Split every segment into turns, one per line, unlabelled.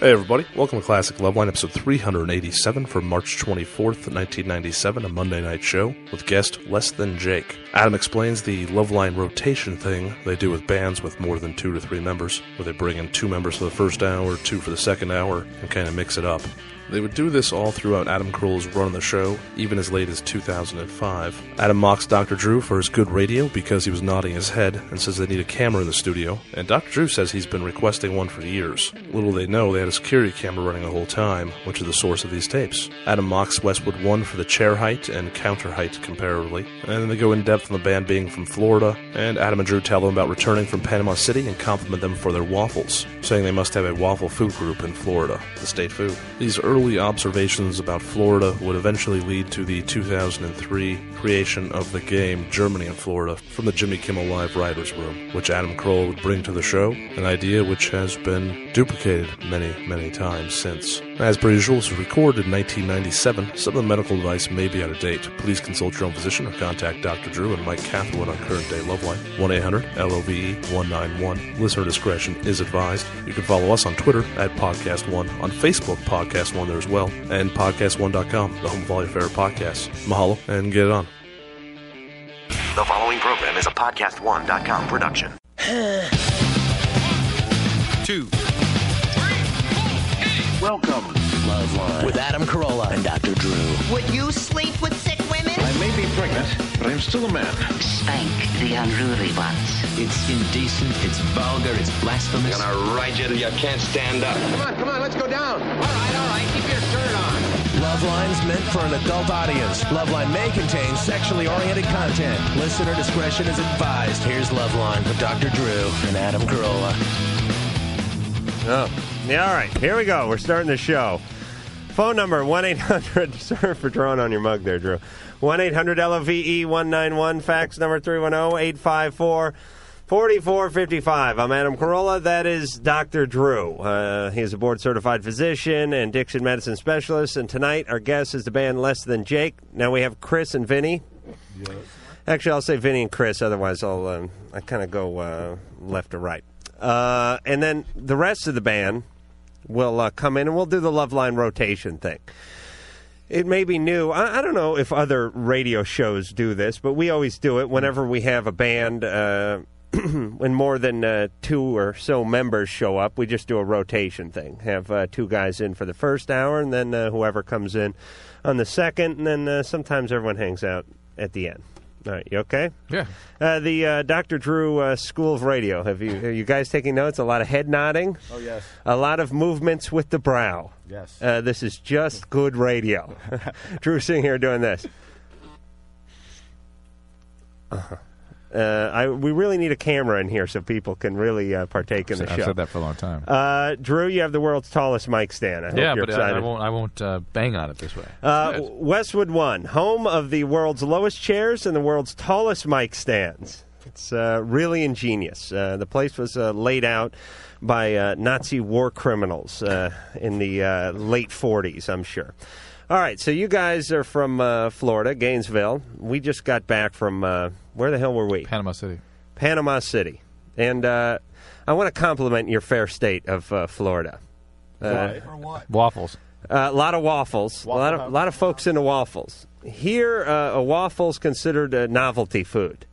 Hey, everybody. Welcome to Classic Loveline, episode 387 for March 24th, 1997, a Monday night show with guest Less Than Jake. Adam explains the Loveline rotation thing they do with bands with more than two to three members, where they bring in two members for the first hour, two for the second hour, and kind of mix it up. They would do this all throughout Adam Carolla's run on the show, even as late as 2005. Adam mocks Dr. Drew for his good radio because he was nodding his head and says they need a camera in the studio, and Dr. Drew says he's been requesting one for years. Little they know they had a security camera running the whole time, which is the source of these tapes. Adam mocks Westwood 1 for the chair height and counter height comparatively, and then they go in depth on the band being from Florida, and Adam and Drew tell them about returning from Panama City and compliment them for their waffles, saying they must have a waffle food group in Florida, the state food. These early observations about Florida would eventually lead to the 2003 creation of the game Germany and Florida from the Jimmy Kimmel Live Writers Room, which Adam Kroll would bring to the show, an idea which has been duplicated many, many times since. As per usual, this was recorded in 1997. Some of the medical advice may be out of date. Please consult your own physician or contact Dr. Drew and Mike Catherwood on current day Loveline, 1 800 LOVE 191. Listener discretion is advised. You can follow us on Twitter at Podcast One, on Facebook, Podcast One there as well, and PodcastOne.com, the home of all your favorite podcasts. Mahalo and get it on.
The following program is a podcast1.com production.
two.
Welcome to Loveline.
with Adam Carolla and Dr. Drew.
Would you sleep with sick women?
I may be pregnant, but I'm still a man.
Spank the unruly ones.
It's indecent, it's vulgar, it's blasphemous.
Loveline's meant for an adult audience. Loveline may contain sexually oriented content. Listener discretion is advised. Here's Loveline with Dr. Drew and Adam Carolla.
Yeah, all right, here we go. We're starting the show. Phone number 1 800. Sorry for drawing on your mug there, Drew. 1 800 LOVE 191. Fax number oh, 310 854 4455. I'm Adam Carolla. That is Dr. Drew. Uh, he is a board certified physician and addiction medicine specialist. And tonight, our guest is the band Less Than Jake. Now we have Chris and Vinny. Actually, I'll say Vinny and Chris. Otherwise, I'll um, I kind of go uh, left to right. Uh, and then the rest of the band will uh, come in and we'll do the love line rotation thing. It may be new. I, I don't know if other radio shows do this, but we always do it whenever we have a band. Uh, when more than uh, two or so members show up, we just do a rotation thing. Have uh, two guys in for the first hour, and then uh, whoever comes in on the second, and then uh, sometimes everyone hangs out at the end. All right, you okay?
Yeah.
Uh, the uh, Dr. Drew uh, School of Radio. Have you are you guys taking notes? A lot of head nodding. Oh yes. A lot of movements with the brow. Yes. Uh, this is just good radio. Drew sitting here doing this. Uh-huh. Uh, I we really need a camera in here so people can really uh, partake in the
I've
show.
said that for a long time.
Uh, Drew, you have the world's tallest mic stand. I hope
yeah,
you're
but I,
excited.
I won't. I won't uh, bang on it this way.
Uh,
Good.
Westwood One, home of the world's lowest chairs and the world's tallest mic stands. It's uh, really ingenious. Uh, the place was uh, laid out by uh, Nazi war criminals uh, in the uh, late 40s, I'm sure. All right, so you guys are from uh, Florida, Gainesville. We just got back from uh, where the hell were we?
Panama City.
Panama City. And uh, I want to compliment your fair state of uh, Florida.
Waffles.
Uh, a lot of waffles. a lot of, lot of folks into waffles. Here, uh, a waffle's considered a novelty food.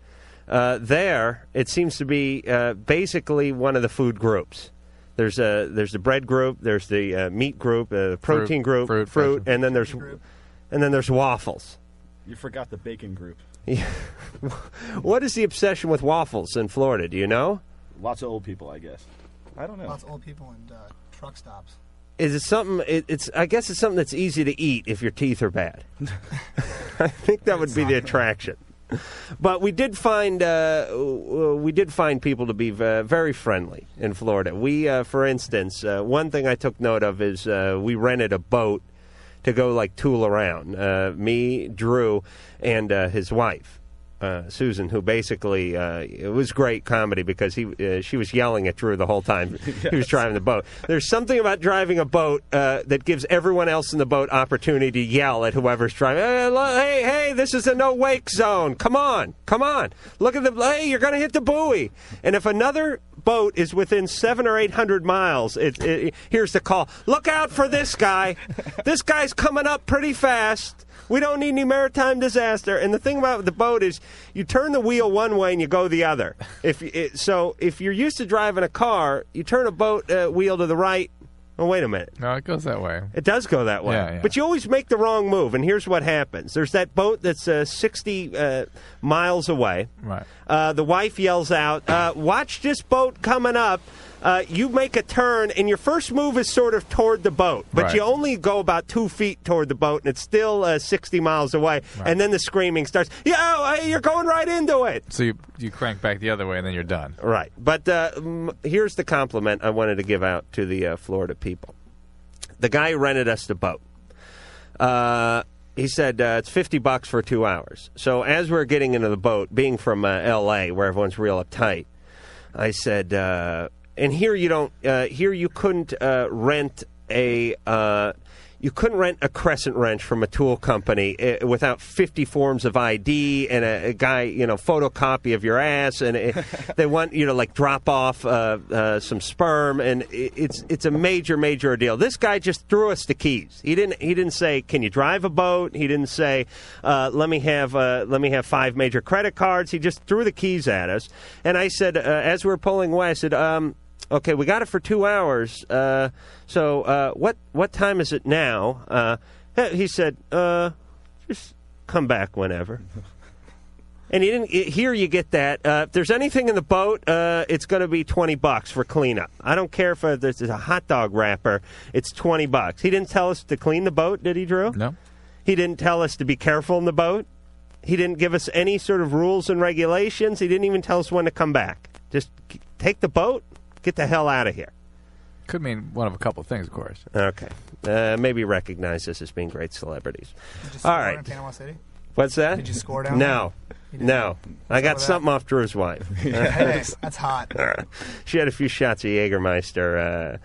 Uh, there, it seems to be uh, basically one of the food groups. There's a there's the bread group, there's the uh, meat group, uh, the protein group,
fruit, vegetable.
and then there's and then there's waffles.
You forgot the bacon group.
What is the obsession with waffles in Florida? Do you know?
Lots of old people, I guess. I don't know.
Lots of old people and uh, truck stops.
Is it something? It, it's I guess it's something that's easy to eat if your teeth are bad. I think that would be the attraction. But we did find uh, w- we did find people to be v- very friendly in Florida. We, uh, for instance, uh, one thing I took note of is uh, we rented a boat to go like tool around. Uh, me, Drew, and uh, his wife. Uh, Susan, who basically uh, it was great comedy because he uh, she was yelling at Drew the whole time he was driving the boat. There's something about driving a boat uh, that gives everyone else in the boat opportunity to yell at whoever's driving. Hey, lo- hey, hey, this is a no wake zone. Come on, come on. Look at the hey, you're going to hit the buoy. And if another boat is within seven or eight hundred miles. It, it, here's the call. Look out for this guy. this guy's coming up pretty fast. We don't need any maritime disaster. And the thing about the boat is, you turn the wheel one way and you go the other. If you- it, so, if you're used to driving a car, you turn a boat uh, wheel to the right. Oh, wait a minute.
No, it goes that way.
It does go that way.
Yeah, yeah.
But you always make the wrong move, and here's what happens. There's that boat that's uh, 60 uh, miles away.
Right.
Uh, the wife yells out, uh, Watch this boat coming up. Uh, you make a turn, and your first move is sort of toward the boat, but
Right.
you only go about two feet toward the boat, and it's still uh, 60 miles away. And then the screaming starts, Yo, uh, you're going right into it.
So you you crank back the other way and then you're done.
Right. But uh, m- here's the compliment I wanted to give out to the uh, Florida people. The guy who rented us the boat, uh, he said uh, it's 50 bucks for two hours. So as we're getting into the boat, being from uh, L.A., where everyone's real uptight, I said, uh, and here you don't, uh, here you couldn't uh, rent a. Uh, you couldn't rent a crescent wrench from a tool company eh, without 50 forms of ID and a, a guy, you know, photocopy of your ass, and eh, they want you to like drop off uh, uh, some sperm, and i- it's it's a major major deal. This guy just threw us the keys. He didn't he didn't say can you drive a boat. He didn't say uh, let me have uh, let me have five major credit cards. He just threw the keys at us, and I said uh, as we were pulling away, I said. Um, Okay, we got it for two hours. Uh, so uh, what what time is it now? Uh, he said, uh, just come back whenever. And he didn't. i here you get that. Uh, if there's anything in the boat, uh, it's going to be twenty bucks for cleanup. I don't care if uh, this is a hot dog wrapper. It's twenty bucks. He didn't tell us to clean the boat, did he, Drew?
No.
He didn't tell us to be careful in the boat. He didn't give us any sort of rules and regulations. He didn't even tell us when to come back. Just g- take the boat, get the hell out of here.
Could mean one of a couple of things, of course.
Okay. Uh, maybe recognize us as being great celebrities.
Just
All
score
right.
in Panama City?
What's that?
Did you score down
No.
there? You
No. I got
that?
something off Drew's wife.
hey, that's hot.
she had a few shots of Jägermeister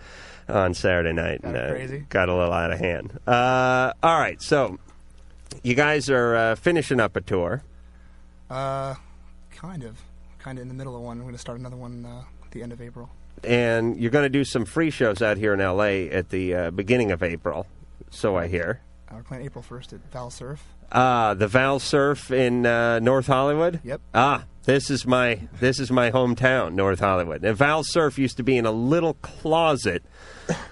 uh, on Saturday night and uh,
crazy.
got a little out of hand. Uh, all right. So you guys are uh, finishing up a tour.
Uh, kind of. Kind of in the middle of one. I'm going to start another one uh, at the end of April.
And you're going to do some free shows out here in LA at the uh, beginning of April, so I hear.
Uh, we're playing April 1st at Val Surf.
Ah, the Val Surf in uh, North Hollywood.
Yep.
Ah, this is my this is my hometown, North Hollywood. And Val Surf used to be in a little closet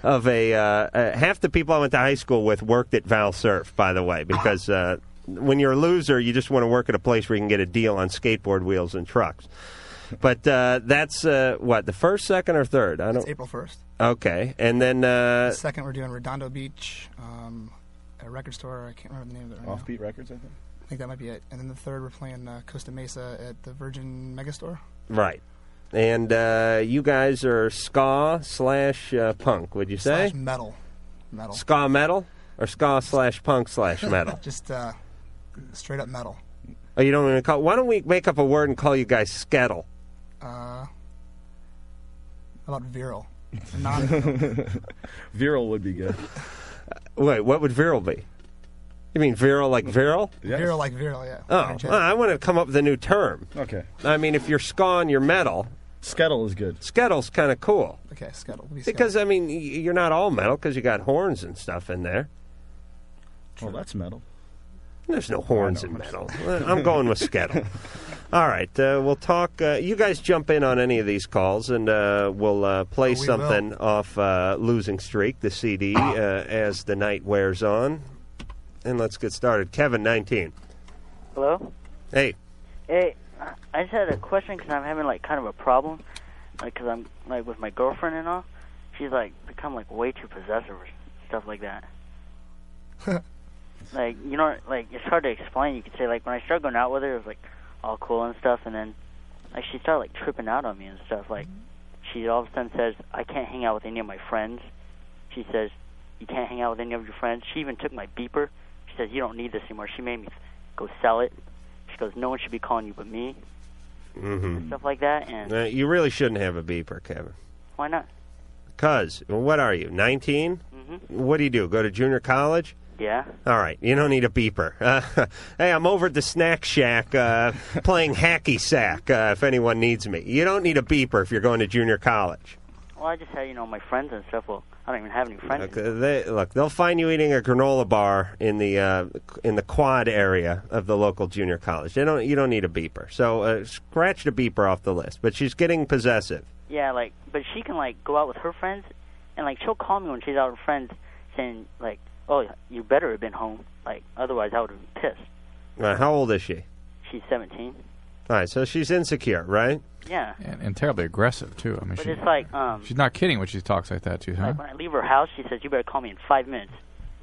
of a uh, uh, half the people I went to high school with worked at Val Surf, by the way, because uh, when you're a loser, you just want to work at a place where you can get a deal on skateboard wheels and trucks. But uh, that's uh, what the first, second, or third. I
That's
don't.
April 1st.
Okay, and then uh,
The second, we're doing Redondo Beach, um, a record store. I can't remember the name of it right
Offbeat Records, I think.
now. I think that might be it. And then the third, we're playing uh, Costa Mesa at the Virgin Megastore.
Right. And uh, you guys are ska slash uh, punk, would you say?
Slash metal. Metal.
Ska metal? Or ska slash punk slash metal?
Just uh, straight up metal.
oh, you don't even call. Why don't we make up a word and call you guys skettle?
Uh, how about virile? Non
Viral would be good.
Uh, Wait, what would virile be? You mean virile like virile?
virile like virile, yeah.
Oh, well, I want to come up with a new term.
Okay.
I mean, if you're ska and you're metal,
skettle is good.
Skettle's kind of cool.
Okay, Scuttle. We'll be
Because, I mean, y- you're not all metal because you got horns and stuff in there.
Well, that's metal.
There's no horns in metal. Uh, I'm going with Skettle. All right, uh, we'll talk. Uh, you guys jump in on any of these calls, and uh, we'll uh, play
will.
something off uh, Losing Streak, the CD, uh, as the night wears on. And let's get started. Kevin, 19.
Hello.
Hey,
Hey, I just had a question because I'm having like kind of a problem, like because I'm like with my girlfriend and all. She's like become like way too possessive or stuff like that. like you know, like it's hard to explain. You could say like when I started going out with her, it was like all cool and stuff, and then like she started like tripping out on me and stuff. Like she all of a sudden says, "I can't hang out with any of my friends." She says, "You can't hang out with any of your friends." She even took my beeper. She says, "You don't need this anymore." She made me go sell it. She goes, "No one should be calling you but me,"
hmm
stuff like that. And
uh, you really shouldn't have a beeper, Kevin.
why not?
Because, well, what are you, 19?
Mhm.
What do you do? Go to junior college?
Yeah.
All right, you don't need a beeper. Uh, hey, I'm over at the snack shack uh, playing hacky sack. Uh, if anyone needs me, you don't need a beeper if you're going to junior college.
Well, I just had you know my friends and stuff. Well, I don't even have any friends.
Look, uh, they, look they'll find you eating a granola bar in the uh, in the quad area of the local junior college. They don't, you don't need a beeper, so uh, scratch the beeper off the list. But she's getting possessive.
Yeah, like, but she can like go out with her friends, and like she'll call me when she's out with friends, saying like, "Oh, you better have been home. Like, otherwise I would have been pissed."
Uh, how old is she?
She's 17.
All right, so she's insecure, right?
Yeah.
And, and terribly aggressive too. I mean,
But
she,
it's like, um,
she's not kidding when she talks like that to you, huh?
Like when I leave her house, she says, "You better call me in five minutes.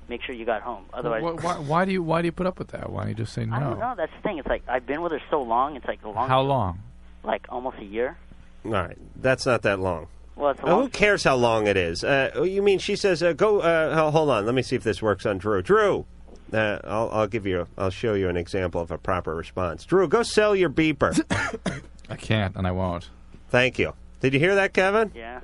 Make sure you got home. Otherwise,
why, why, why do you why do you put up with that? Why don't you just say
I don't
no?
know. That's the thing. It's like I've been with her so long. It's like a long,
How long?
like almost a year.
All right, that's not that long.
Well, it's a
Uh, who cares how long it is? Uh, oh, you mean she says, uh, "Go, uh, ho- hold on, let me see if this works on Drew." Drew, uh, I'll, I'll give you, I'll show you an example of a proper response. Drew, go sell your beeper.
I can't and I won't.
Thank you. Did you hear that, Kevin?
Yeah.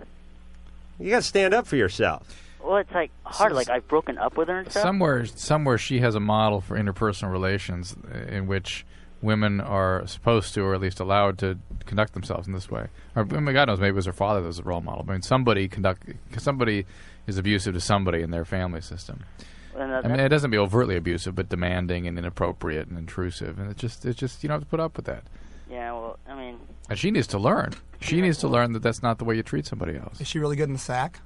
You got to stand up for yourself.
Well, it's like hard. Like I've broken up with her and stuff.
Somewhere, somewhere, she has a model for interpersonal relations in which women are supposed to, or at least allowed, to conduct themselves in this way. Or I mean, God knows, maybe it was her father that was a role model. I mean, somebody conduct, somebody is abusive to somebody in their family system.
And, uh,
I mean,
that-
it doesn't be overtly abusive, but demanding and inappropriate and intrusive, and it just, it just, you don't have to put up with that.
yeah. Well, I mean,
And she needs to learn. She needs to learn that that's not the way you treat somebody else.
Is she really good in the sack?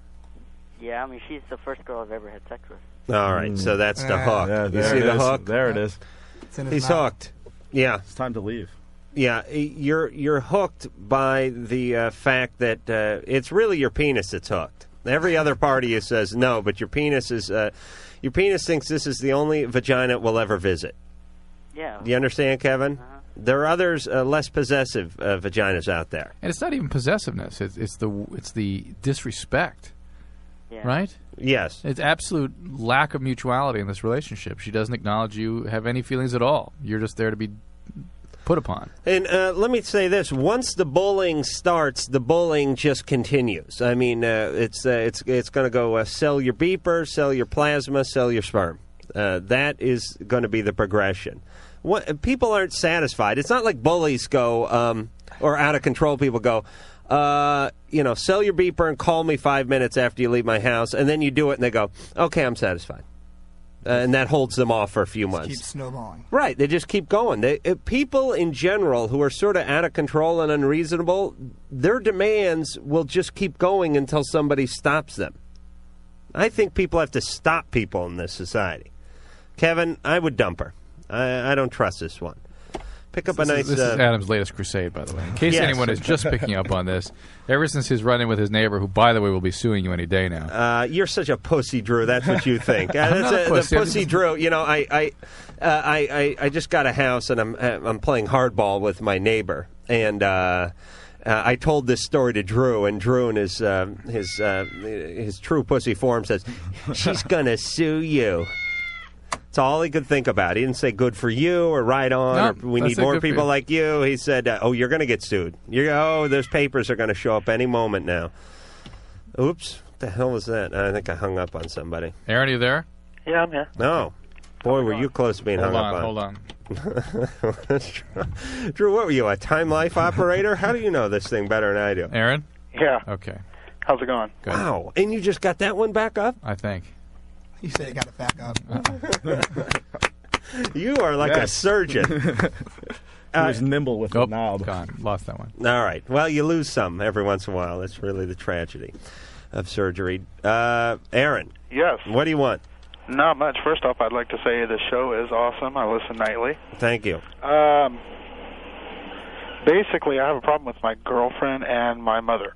yeah. I mean, she's the first girl I've ever had sex with.
All right,
Mm.
so that's the
Yeah.
hook.
Yeah,
you
there
see
it
the
is.
hook?
There it is.
It's in his
He's
mouth.
hooked. Yeah,
it's time to leave.
Yeah, y- you're you're hooked by the uh, fact that uh, it's really your penis that's hooked. Every other party is- says no, but your penis is uh, your penis thinks this is the only vagina it will ever visit.
Yeah.
Do you understand, Kevin? There are others uh, less possessive uh, vaginas out there.
And it's not even possessiveness. It's, it's the it's the disrespect, right?
Yes.
It's absolute lack of mutuality in this relationship. She doesn't acknowledge you have any feelings at all. You're just there to be put upon.
And uh, let me say this: once the bullying starts, the bullying just continues. I mean, uh, it's uh, it's it's going to go uh, sell your beeper, sell your plasma, sell your sperm. Uh, that is going to be the progression. What, people aren't satisfied. It's not like bullies go um, or out of control people go. Uh, you know, sell your beeper and call me five minutes after you leave my house, and then you do it, and they go, "Okay, I'm satisfied," uh, and that holds them off for a few months.
Keep snowballing.
Right, they just keep going. They, uh, people in general who are sort of out of control and unreasonable, their demands will just keep going until somebody stops them. I think people have to stop people in this society. Kevin, I would dump her. I, I don't trust this one. Pick up
This
a
is-
nice.
this is
uh,
Adam's latest crusade, by the way. In case
Yes.
anyone is just picking up on this, ever since his run-in with his neighbor, who by the way will be suing you any day now.
Uh, you're such a pussy, Drew. That's what you think. Uh,
I'm
that's
not a
a-
pussy.
The pussy, Drew. You know, I, I, uh, I, I, I just got a house and I'm, uh, I'm playing hardball with my neighbor, and uh, uh, I told this story to Drew, and Drew in his, uh, his, uh, his true pussy form says, "She's gonna sue you." It's all he could think about. He didn't say "good for you" or "right on."
No,
or, we
that's
need
it,
more
good for
people
you.
like you. He said, uh, "Oh, you're going to get sued. You're oh, those papers are going to show up any moment now." Oops, what the hell was that? I think I hung up on somebody.
Aaron, are you there?
Yeah, I'm here.
No, boy, were you close to being
Hold
hung
on,
up on.
hold on.
Drew, what were you, a time life operator? How do you know this thing better than I do?
Aaron?
Yeah.
Okay.
How's it going?
Wow, and you just got that one back up?
I think.
You said it got it back up.
You are like a
Yes.
surgeon. Uh,
He was nimble with the knob.
Gone. Lost that one.
All right. Well, you lose some every once in a while. That's really the tragedy of surgery. Uh, Aaron.
Yes.
What do you want?
Not much. First off, I'd like to say the show is awesome. I listen nightly.
Thank you.
Um, basically, I have a problem with my girlfriend and my mother.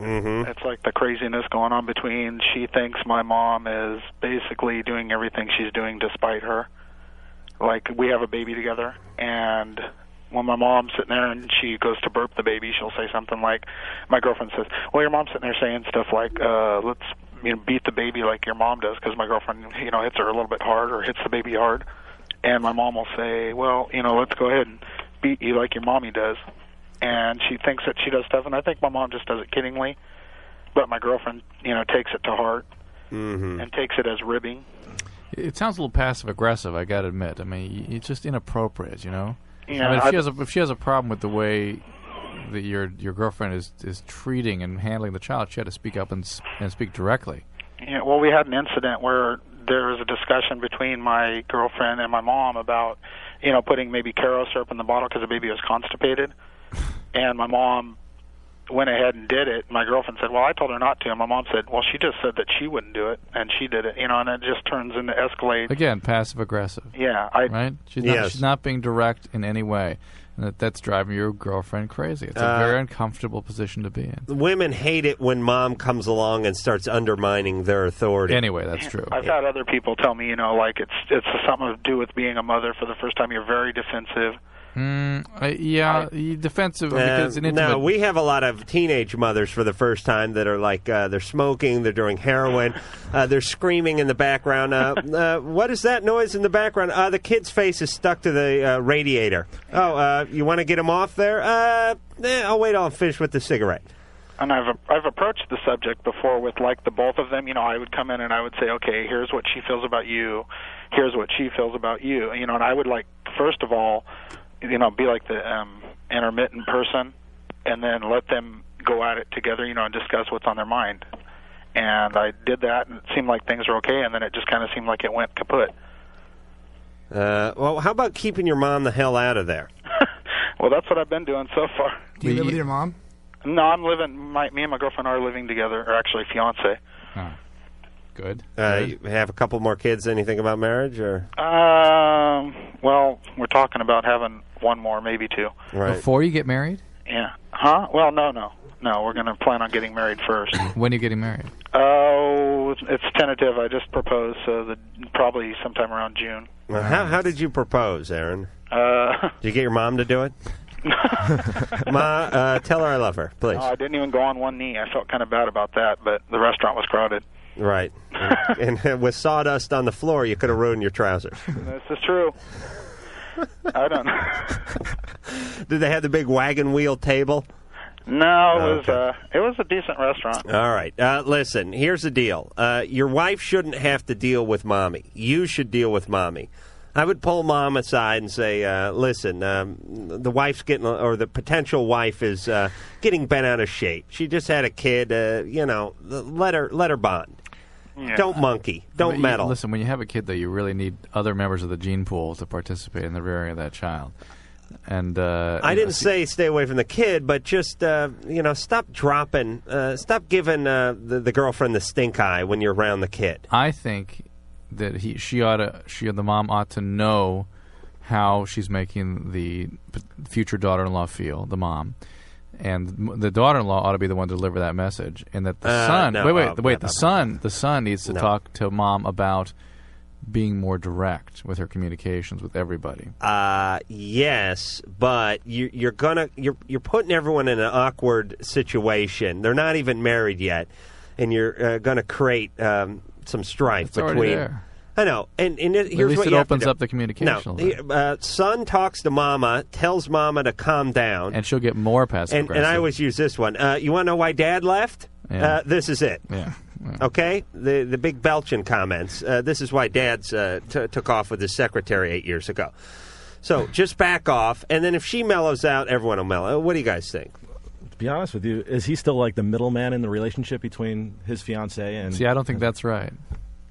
Mm-hmm.
It's like the craziness going on between. She thinks my mom is basically doing everything she's doing despite her. Like we have a baby together, and when my mom's sitting there and she goes to burp the baby, she'll say something like, "My girlfriend says, well, your mom's sitting there saying stuff like, uh, let's you know beat the baby like your mom does because my girlfriend you know hits her a little bit hard or hits the baby hard." And my mom will say, "Well, you know, let's go ahead and beat you like your mommy does." And she thinks that she does stuff, and I think my mom just does it kiddingly but my girlfriend, you know, takes it to heart
Mm-hmm.
and takes it as ribbing.
It sounds a little passive aggressive. I got to admit. I mean, y- it's just inappropriate. You know.
Yeah,
I mean, if
I-
she has a if she has a problem with the way that your your girlfriend is is treating and handling the child, she had to speak up and s- and speak directly.
Yeah, well, we had an incident where there was a discussion between my girlfriend and my mom about, you know, putting maybe Caro syrup in the bottle because the baby was constipated, and my mom went ahead and did it. My girlfriend said, "Well, I told her not to," and my mom said, "Well, she just said that she wouldn't do it, and she did it," you know, and it just turns into escalate.
Again, passive aggressive.
Yeah, I
right? She's not,
Yes.
she's not being direct in any way, and that, that's driving your girlfriend crazy. It's a
Uh,
very uncomfortable position to be in.
Women hate it when mom comes along and starts undermining their authority.
Anyway, that's true.
I've had other people tell me, you know, like it's it's something to do with being a mother for the first time. You're very defensive.
Mm, I, yeah, you defensive
Uh,
because it's an intimate.
no, we have a lot of teenage mothers for the first time that are like uh, they're smoking, they're doing heroin, uh, they're screaming in the background. Uh, uh, what is that noise in the background? Uh, the kid's face is stuck to the uh, radiator. Oh, uh, you want to get him off there? Uh, eh, I'll wait. I'll finish with the cigarette.
and I've I've approached the subject before with like the both of them. You know, I would come in and I would say, okay, here's what she feels about you, here's what she feels about you. You know, and I would like first of all, you know, be like the um, intermittent person, and then let them go at it together. You know, and discuss what's on their mind. And I did that, and it seemed like things were okay, and then it just kind of seemed like it went kaput.
Uh, well, how about keeping your mom the hell out of there?
Well, that's what I've been doing so far.
Do you live with your mom?
No, I'm living. My, me and my girlfriend are living together, or actually, fiance.
Good.
Uh, you have a couple more kids. Anything about marriage or
Um. Well, we're talking about having one more, maybe two.
right?
Before you get married,
Yeah. Huh? Well, no, no, no. We're gonna plan on getting married first.
when are you getting married?
Oh, it's tentative. I just proposed, so the, probably sometime around June.
Well, how how did you propose, Aaron?
Uh,
Did you get your mom to do it? Ma, uh, tell her I love her, please.
no, I didn't even go on one knee. I felt kind of bad about that, but the restaurant was crowded.
Right. And, and with sawdust on the floor, you could have ruined your trousers.
This is true. I don't.
Did they have the big wagon wheel table?
No, it was
Oh, Okay.
uh, it was a decent restaurant.
All right. Uh, listen, here's the deal. Uh, your wife shouldn't have to deal with mommy. You should deal with mommy. I would pull mom aside and say, uh, listen, um, the wife's getting, or the potential wife is uh, getting bent out of shape. She just had a kid. Uh, you know, let her, let her bond. Don't monkey.
But
Don't
you-
meddle.
listen, when you have a kid, though, you really need other members of the gene pool to participate in the rearing of that child. And uh,
I
you know,
didn't say stay away from the kid, but just uh, you know, stop dropping, uh, stop giving uh, the, the girlfriend the stink eye when you're around the kid.
I think that he, she ought to, she, the mom ought to know how she's making the p- future daughter-in-law feel, the mom, and m- the daughter-in-law ought to be the one to deliver that message, and that the
Uh,
son,
no,
wait, wait,
no,
wait,
no,
the
no,
son, the son needs to
No.
talk to mom about being more direct with her communications with everybody.
Uh, yes, but you, you're gonna you're you're putting everyone in an awkward situation. They're not even married yet, and you're uh, gonna create um, some strife
already
between.
there.
I know, and and it,
At
here's
least
what
it
you have to
opens
do.
up the communication a
No,
little
he- uh, son talks to mama, tells mama to calm down,
and she'll get more passive
and, and I always use this one. Uh, you want to know why Dad left?
Yeah.
Uh, this is it.
Yeah.
Okay. The the big belching comments. Uh, this is why Dad's uh, t- took off with his secretary eight years ago. So just back off, and then if she mellows out, everyone will mellow. What do you guys think?
To be honest with you, is he still like the middleman in the relationship between his fiance and?
See, I don't think that's right.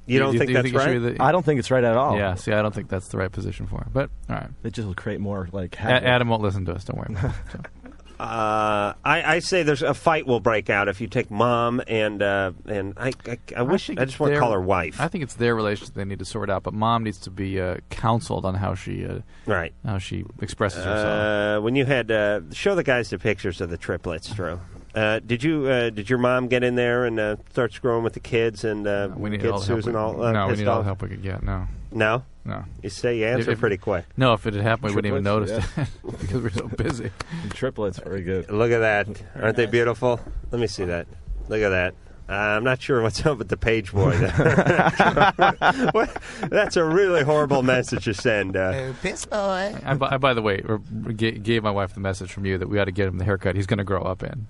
You don't think
you
that's
it should
right?
be
I don't think it's right at all.
Yeah, see, I don't think that's the right position for him. But all right,
it just will create more like.
A-
havoc.
Adam won't listen to us. Don't worry. About it.
Uh, I, I say there's a fight will break out if you take mom and uh, and I I, I wish I,
think
just want to
their-
call her wife.
I think it's their relationship they need to sort out. But mom needs to be uh, counseled on how she uh,
right
how she expresses herself.
Uh, when you had uh, show the guys the pictures of the triplets, Drew. Uh, did you uh, did your mom get in there and uh, start scrolling with the kids and uh,
We need
get
all the help
Susan
we,
all uh,
no, we
pissed
need all
off?
the help we could get. No,
No,
no.
You say you answer
If- if-
pretty quick.
No, if it had happened, we wouldn't even
Triplets,
notice
yeah.
it because we're so busy.
Triplets, very good.
Look at that! Aren't they beautiful? Let me see that. Look at that. Uh, I'm not sure what's up with the page boy. there. What? That's a really horrible message to send. Uh,
Oh, piss boy.
I, bu- I, by the way, r- g- gave my wife the message from you that we ought to get him the haircut he's going to grow up in.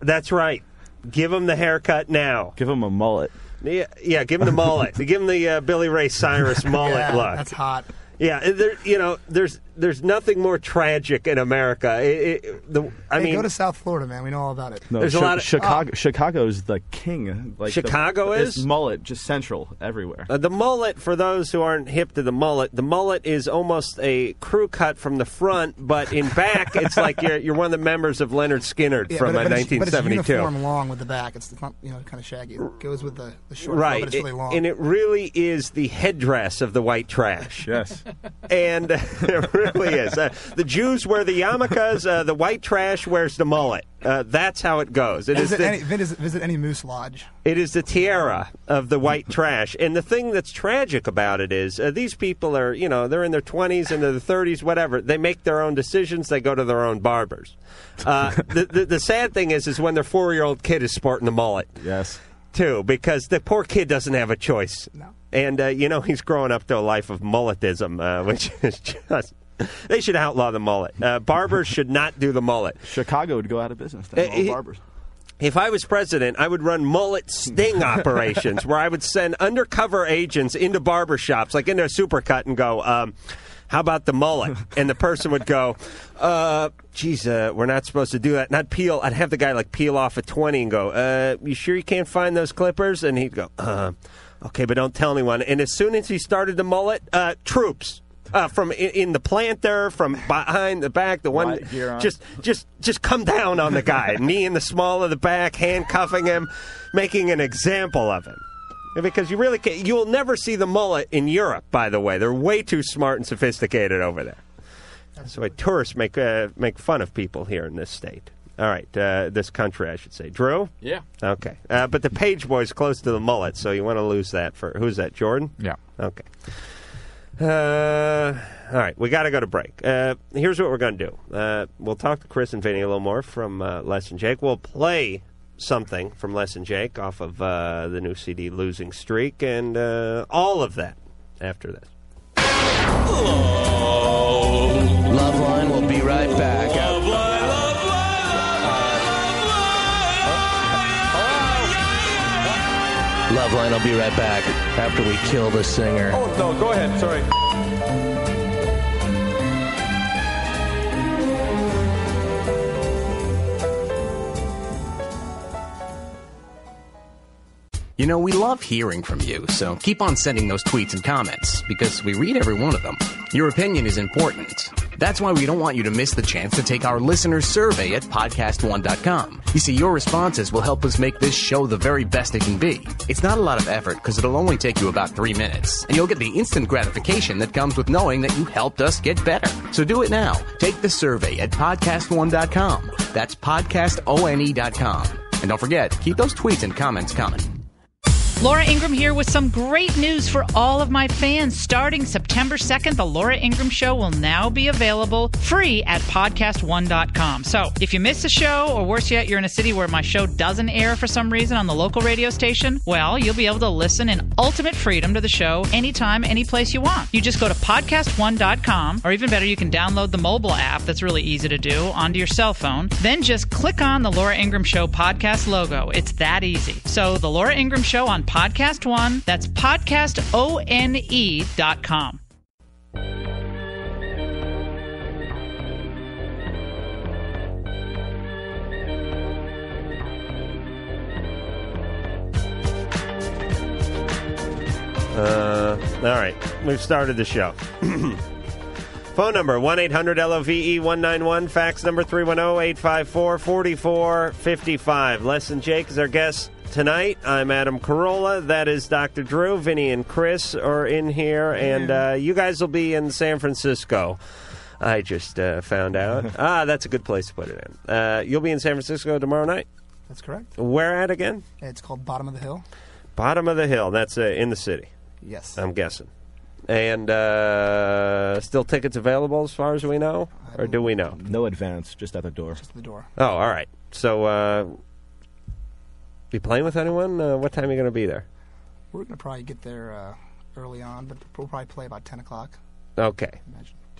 that's right. Give him the haircut now.
Give him a mullet.
Yeah, yeah give him the mullet. give him the uh, Billy Ray Cyrus mullet
yeah,
look.
That's hot.
Yeah, and there, you know, there's there's nothing more tragic in America. It- it- the- I
hey,
mean,
go to South Florida, man. We know all about it.
No, Chi- Chicago. Chicago's the king. Like the-
Chicago
it's
is?
mullet, just central everywhere.
Uh, the mullet, for those who aren't hip to the mullet, the mullet is almost a crew cut from the front, but in back, it's like you're, you're one of the members of Leonard Skinner
Yeah,
from
but,
uh,
but it's- But it's
1972.
uniform long with the back. It's, it's not you know kind of shaggy. It goes with the, the short,
right.
but it's really
It-
long.
and it really is the headdress of the white trash.
Yes.
and uh, it really is. Uh, the Jews wear the yarmulkes, uh, the white trash wears the mullet. Uh, that's how it goes. It is
visit,
the-
any, visit, visit any moose lodge.
It is the tiara of the white trash. And the thing that's tragic about it is uh, these people are, you know, they're in their 20s and their 30s, whatever. They make their own decisions. They go to their own barbers. Uh, the, the, the sad thing is, is when their four-year-old kid is sporting the mullet.
Yes.
Too, because the poor kid doesn't have a choice. And, uh, you know, he's growing up to a life of mulletism, uh, which is just... They should outlaw the mullet. Uh, barbers should not do the mullet.
Chicago would go out of business. They have
Uh,
all
he-
barbers.
if I was president, I would run mullet sting operations where I would send undercover agents into barbershops, like into a supercut, and go, um, How about the mullet? And the person would go, uh, Geez, uh, we're not supposed to do that. Not peel. I'd have the guy like peel off a 20 and go, uh, You sure you can't find those clippers? And he'd go, uh, Okay, but don't tell anyone. And as soon as he started the mullet, uh, troops. Uh, from in, in the planter, from behind the back, the one
Wide gear on.
just just just come down on the guy, knee in the small of the back, handcuffing him, making an example of him. Because you really can't, you'll never see the mullet in Europe. By the way, they're way too smart and sophisticated over there. That's why tourists make uh, make fun of people here in this state. All right, uh, this country, I should say. Drew.
Yeah.
Okay, uh, but the page boy's close to the mullet, so you want to lose that for who's that? Jordan.
Yeah.
Okay. Uh, all right, we got to go to break. Uh, here's what we're going to do. Uh, we'll talk to Chris and Vinny a little more from uh, Les and Jake. We'll play something from Les and Jake off of uh, the new CD Losing Streak and uh, all of that after this.
Loveline will be right back. Loveline will be right back after we kill the singer.
Oh, no, go ahead. Sorry.
You know, we love hearing from you, so keep on sending those tweets and comments because we read every one of them. Your opinion is important. That's why we don't want you to miss the chance to take our listener survey at podcast1.com. You see, your responses will help us make this show the very best it can be. It's not a lot of effort because it'll only take you about three minutes, and you'll get the instant gratification that comes with knowing that you helped us get better. So do it now. Take the survey at podcast1.com. That's podcastone.com. And don't forget, keep those tweets and comments coming.
Laura Ingram here with some great news for all of my fans. Starting September 2nd, the Laura Ingram Show will now be available free at podcast1.com. So if you miss a show, or worse yet, you're in a city where my show doesn't air for some reason on the local radio station, well, you'll be able to listen in ultimate freedom to the show anytime, any place you want. You just go to podcast1.com, or even better, you can download the mobile app that's really easy to do onto your cell phone. Then just click on the Laura Ingram Show podcast logo. It's that easy. So the Laura Ingram Show on Podcast One, that's E podcastone.com.
Uh, all right. We've started the show. Phone number 1 800 LOVE 191. Fax number 310 854 4455. Les and Jake is our guest tonight. I'm Adam Carolla. That is Dr. Drew. Vinny and Chris are in here. And uh, you guys will be in San Francisco. I just uh, found out. ah, that's a good place to put it in. Uh, you'll be in San Francisco tomorrow night.
That's correct.
Where at again?
It's called Bottom of the Hill.
Bottom of the hill. That's uh, in the city.
Yes.
I'm guessing. And uh, still tickets available as far as we know, or do we know?
No advance, just at the door.
The door.
Oh, all right. So, uh, be playing with anyone? Uh, what time are you going to be there?
We're gonna probably get there uh, early on, but we'll probably play about ten o'clock.
Okay.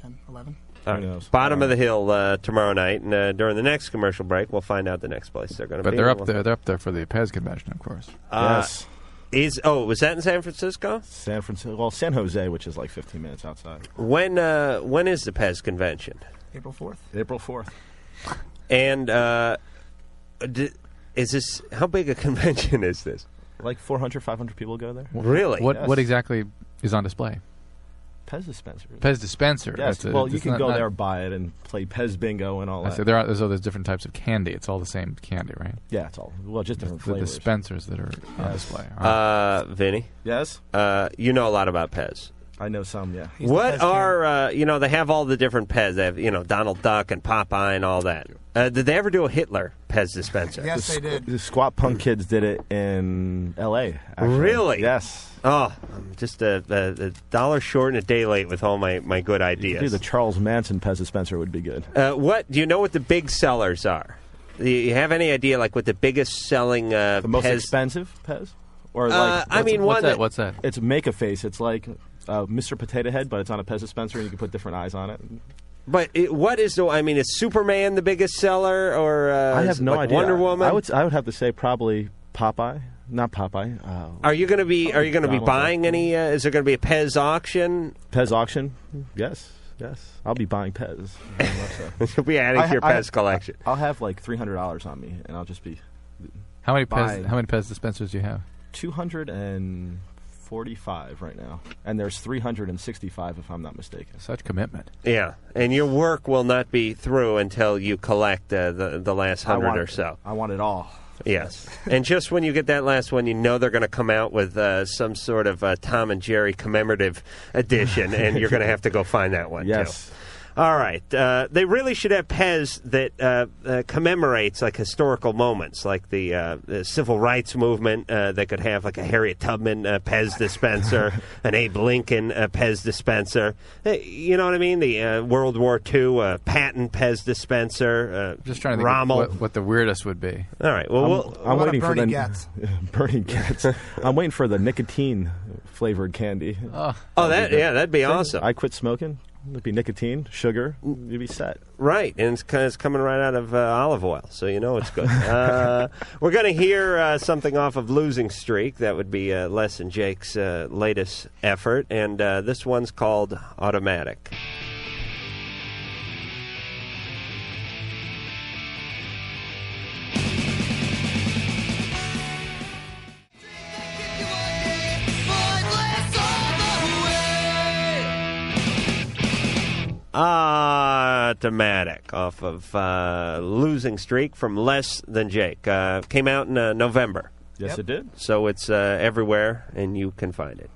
10, 11.
All right. Bottom of the hill uh, tomorrow night, and uh, during the next commercial break, we'll find out the next place they're going to
But
be.
they're up
We'll-
there. They're up there for the Pez convention, of course.
Uh, Is oh, was that in San Francisco?
San Francisco, well, San Jose, which is like 15 minutes outside.
When uh, when is the Pez convention?
April 4th.
April 4th.
And uh, d- is this how big a convention is this?
Like 400, 500 people go there.
Really?
What
Yes.
What exactly is on display?
Pez dispenser.
Pez dispenser.
Yes.
That's a-
well, you
that's
can
not-
go
not-
there, buy it, and play Pez bingo and all
I
that.
see. There are, there's all those different types of candy. It's all the same candy, right?
Yeah, it's all well, just different
the
flavors.
dispensers that are on display.
Uh, Vinny.
Yes.
Uh, you know a lot about Pez.
I know some. Yeah.
what are uh, you know? They have all the different Pez. They have you know Donald Duck and Popeye and all that. Uh, did they ever do a Hitler Pez dispenser?
the, squ- The Squat Punk Kids did it in L.A. actually.
Really?
Yes.
Oh, I'm just a, a, a dollar short and a day late with all my, my good
You could do
ideas.
the Charles Manson Pez dispenser would be good.
Uh, what do you know? What the big sellers are? Do you have any idea, like what the biggest selling? Uh,
The most
Pez-
expensive Pez, or
Uh,
like
I mean, one that-
What's that?
It's make a face. It's like uh, Mr. Potato Head, but it's on a Pez dispenser, and you can put different eyes on it.
But it, what is the? I mean, is Superman the biggest seller, or uh,
I
is
have
it
no
like
idea.
Wonder Woman.
I would. I would have to say probably Popeye, not Popeye. Uh,
are you going to be? Are you going to be
Donald Duck.
buying any? Uh, is there going to be a Pez auction?
Pez auction. Yes. Yes. I'll be buying Pez. Very much so.
You'll be adding
I-
to your
I-
Pez collection.
I'll have like three hundred dollars on me, and I'll just be.
How many Pez,
buying
How many Pez dispensers do you have?
245 right now, and there's 365 if I'm not mistaken.
Such commitment.
Yeah, and your work will not be through until you collect uh, the the last
I want
hundred or
it.
so.
I want it all.
Yes, and just when you get that last one, you know they're going to come out with uh, some sort of uh, Tom and Jerry commemorative edition, and you're going to have to go find that one.
Yes.
too. All right. Uh, they really should have Pez that uh, uh, commemorates like historical moments, like the, uh, the civil rights movement. Uh, they could have like a Harriet Tubman uh, Pez dispenser, an Abe Lincoln uh, Pez dispenser. Hey, you know what I mean? The uh, World War II uh, Patton Pez dispenser. Uh,
Just trying to think of
Rommel.
what, what the weirdest would be.
All right. Well,
I'm,
we'll,
I'm waiting for the Bernie Getz. I'm waiting for the nicotine flavored candy.
Ah.
Oh, that yeah, that'd be awesome.
I quit smoking. It'd be nicotine, sugar. You'd be set.
Right, and it's, co- it's coming right out of uh, olive oil, so you know it's good. uh, we're going to hear uh, something off of Losing Streak. That would be uh, Les and Jake's uh, latest effort, and uh, this one's called Automatic. Automatic off of uh, Losing Streak from Less Than Jake. Uh, came out in uh, November.
Yes, Yep. it did.
So it's uh, everywhere, and you can find it.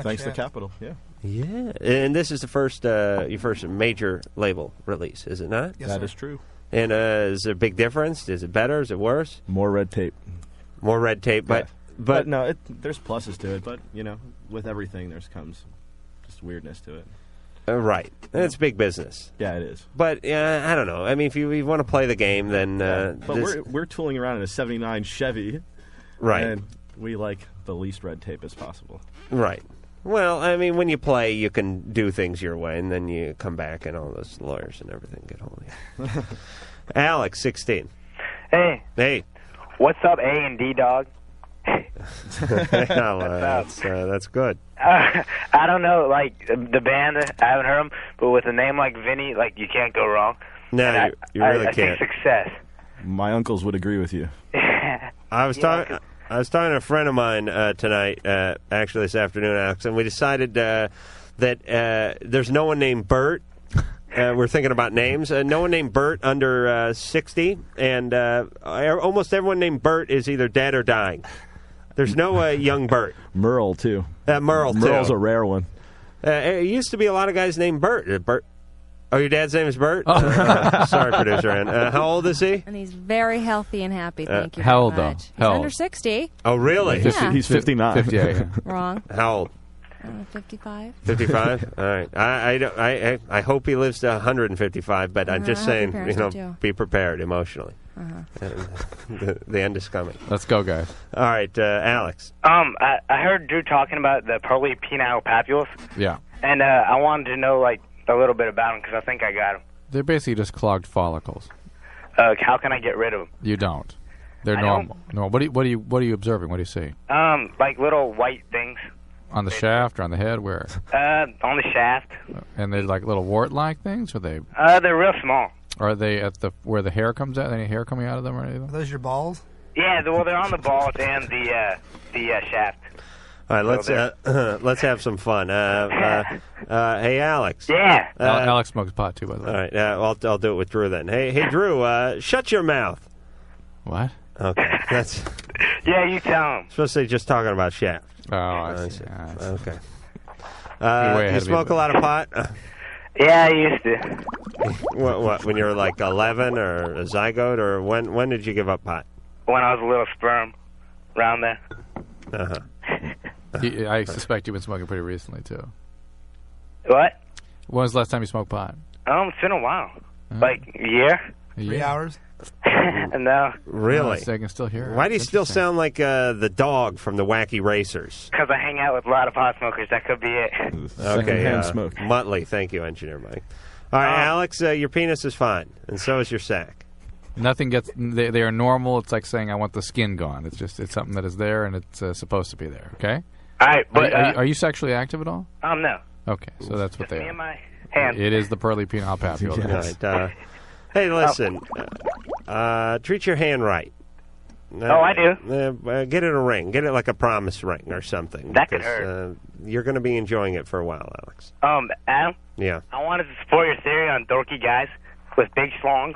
Thanks to
yeah.
Capital. Yeah.
Yeah, and this is the first uh, your first major label release, is it not?
Yes, That sir. is true.
And uh, is there a big difference? Is it better? Is it worse?
More red tape.
More red tape, but but,
no, it, there's pluses to it. But you know, with everything, there's comes just weirdness to it.
uh, right, it's big business.
Yeah, it is.
But uh, I don't know. I mean, if you, want to play the game, then uh,
But
this-
we're we're tooling around in a '79 Chevy,
Right.
And we like the least red tape as possible.
right. Well, I mean, when you play, you can do things your way, and then you come back, and all those lawyers and everything get hold of you. Alex, sixteen.
Hey,
Hey.
what's up, A and D dog?
Well, uh, that's uh, that's good.
Uh, I don't know, like the band. I haven't heard them, but with a name like Vinny, like you can't go wrong.
No,
And I-
you, you really
I, I
can't.
Think success.
My uncles would agree with you.
I was talking. I was talking to a friend of mine uh, tonight, uh, actually this afternoon, Alex, and we decided uh, that uh, there's no one named Bert. Uh, we're thinking about names. Uh, no one named Bert under uh, 60, and uh, I- almost everyone named Bert is either dead or dying. There's no uh, young Bert.
Merle too.
Uh, Merle too.
Merle's a rare one.
Uh, it used to be a lot of guys named Bert. Uh, Bert. Oh, your dad's name is Bert. Uh, sorry, producer. Ann. Uh, how old is he?
And he's very healthy and happy.
Uh,
Thank you.
how
very
old, though?
much.
How
he's
old?
under sixty.
Oh, really?
He's fifty- Yeah. he's
59. 58, yeah.
Wrong.
How old?
I don't know, Uh, Fifty-five.
55. All right. I I, don't, I I I hope he lives to 155, but I'm
Uh, I hope
just
your
saying, you
parents
know,
do too.
be prepared emotionally.
Uh-huh.
And uh, the, the end is coming.
Let's go, guys.
All right, uh, Alex.
Um, I, I heard Drew talking about the pearly penile papules,
Yeah.
and uh, I wanted to know, like, a little bit about them because I think I got them.
They're basically just clogged follicles.
Uh, how can I get rid of them?
You don't. They're
I don't-
normal. No. What do you, what do you what are you observing? What do you see
Um, like little white things
on the shaft or on the head? Where?
uh, on the shaft.
And they're like little wart-like things. Are they
Uh, they're real small.
are they at the where the hair comes out? Any hair coming out of them or anything?
Are those your balls?
Yeah, the- well, they're on the balls and the uh, the uh, shaft.
All right, let's uh,
Well,
let's have some fun. Uh, uh, uh, hey, Alex. Uh,
Yeah.
Al- Alex smokes pot too, by the way.
All right, uh, I'll, I'll do it with Drew then. Hey, hey, Drew, uh, shut your mouth.
What?
Okay, that's
Yeah, you tell him.
supposed to say just talking about shaft.
Oh, I
see. Okay.
You're way
Uh,
ahead
you
of me,
smoke
but-
a lot of pot.
Yeah, I used to.
what, what? When you were like eleven or a zygote, or when? When did you give up pot?
When I was a little sperm, around there.
Uh-huh.
You- I suspect you've been smoking pretty recently too.
What?
When was the last time you smoked pot?
Um, it's been a while. Like a year.
Three
hours.
no.
Really?
I can still hear.
Why do you still sound like uh, the dog from the Wacky Racers?
Because I hang out with a lot of pot smokers. That could be it.
Okay, uh, Muttley. Thank you, Engineer Mike. All right,
Um,
Alex, uh, your penis is fine, and so is your sack.
Nothing gets. They, they are normal. It's like saying I want the skin gone. It's just it's something that is there and it's uh, supposed to be there. Okay.
All right, but,
are, you- are you,
uh,
are you sexually active at all?
Um, no.
Okay, so that's what they
Me
are.
and my hand.
It is the pearly penile papule.
All right, uh, hey, listen, uh, treat your hand right.
Oh, I
do. Uh, uh, get it a ring. Get it like a promise ring or something.
That could
hurt. Uh, you're going to be enjoying it for a while, Alex.
Um, Adam,
Yeah.
I wanted to support your theory on dorky guys with big slongs.